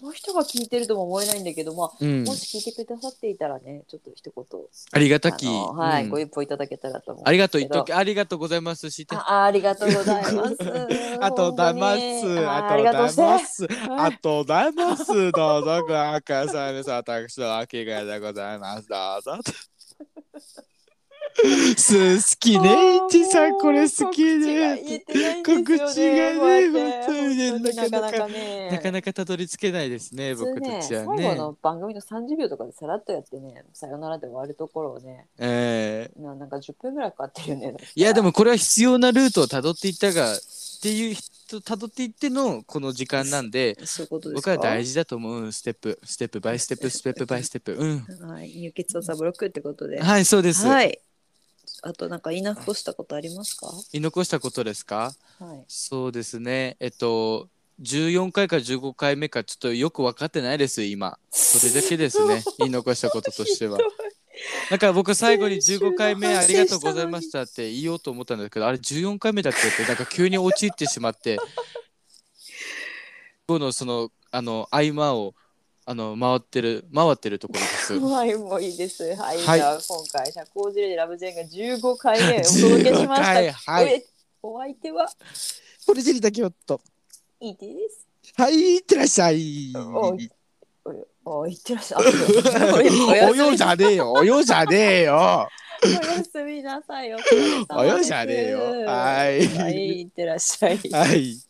その人が聞いてるとも思えないんだけど、まあ、うんも。し聞いてくださっていたらね、ちょっと一言。ありがたき。あのはい、うんご一報いただけたらと思うんですけど。ありがとう言っとけありがとうございますしああありがとうございます。 *laughs* あとだます。ああありがとうとして。だます。 *laughs* あとだます。どうぞご覧くださいね。私の秋がでございます。どうぞ。す好きね。いちさんこれ好きね。告知告が知がねね、本当にね本当になかなかね。なかなかたどり着けないですね。普通僕たねちは最後ね。の番組の30秒とかでさらっとやってね、さよならで終わるところをね、ええななんか10分ぐらいかかってるよね。いやでもこれは必要なルートをたどっていったがっていう人たどっていってのこの時間なんで。そういうことです僕かは大事だと思うステップステップバイステップステップバイステップうんはい、入血をサブロックってことで。はいそうです、はい。あとなんか言い残したことありますか言い残したことですかはい。そうですねえっと14回か15回目かちょっとよく分かってないです今それだけです *laughs* ね言い残したこととしてはだから僕最後に15回目ありがとうございましたって言おうと思ったんですけどあれ14回目だっけってなんか急に陥ってしま *laughs* って僕のそのあの合間をあの回ってる回ってるところ *laughs* ですはい、もういいです。はい、はいじゃあ今回、社交辞令でラブジェンが15回目お届けしまし15た。回はいえお相手はポルジェリだけよっと。 ET です。はい、いってらっしゃい。おいおいおい、いってらっ *laughs* しゃい。 *laughs* およじゃねえよ、およじゃねえよ。おやすみなさい。お疲れ様ですおよじゃねえよはいはい、いってらっしゃい。はい。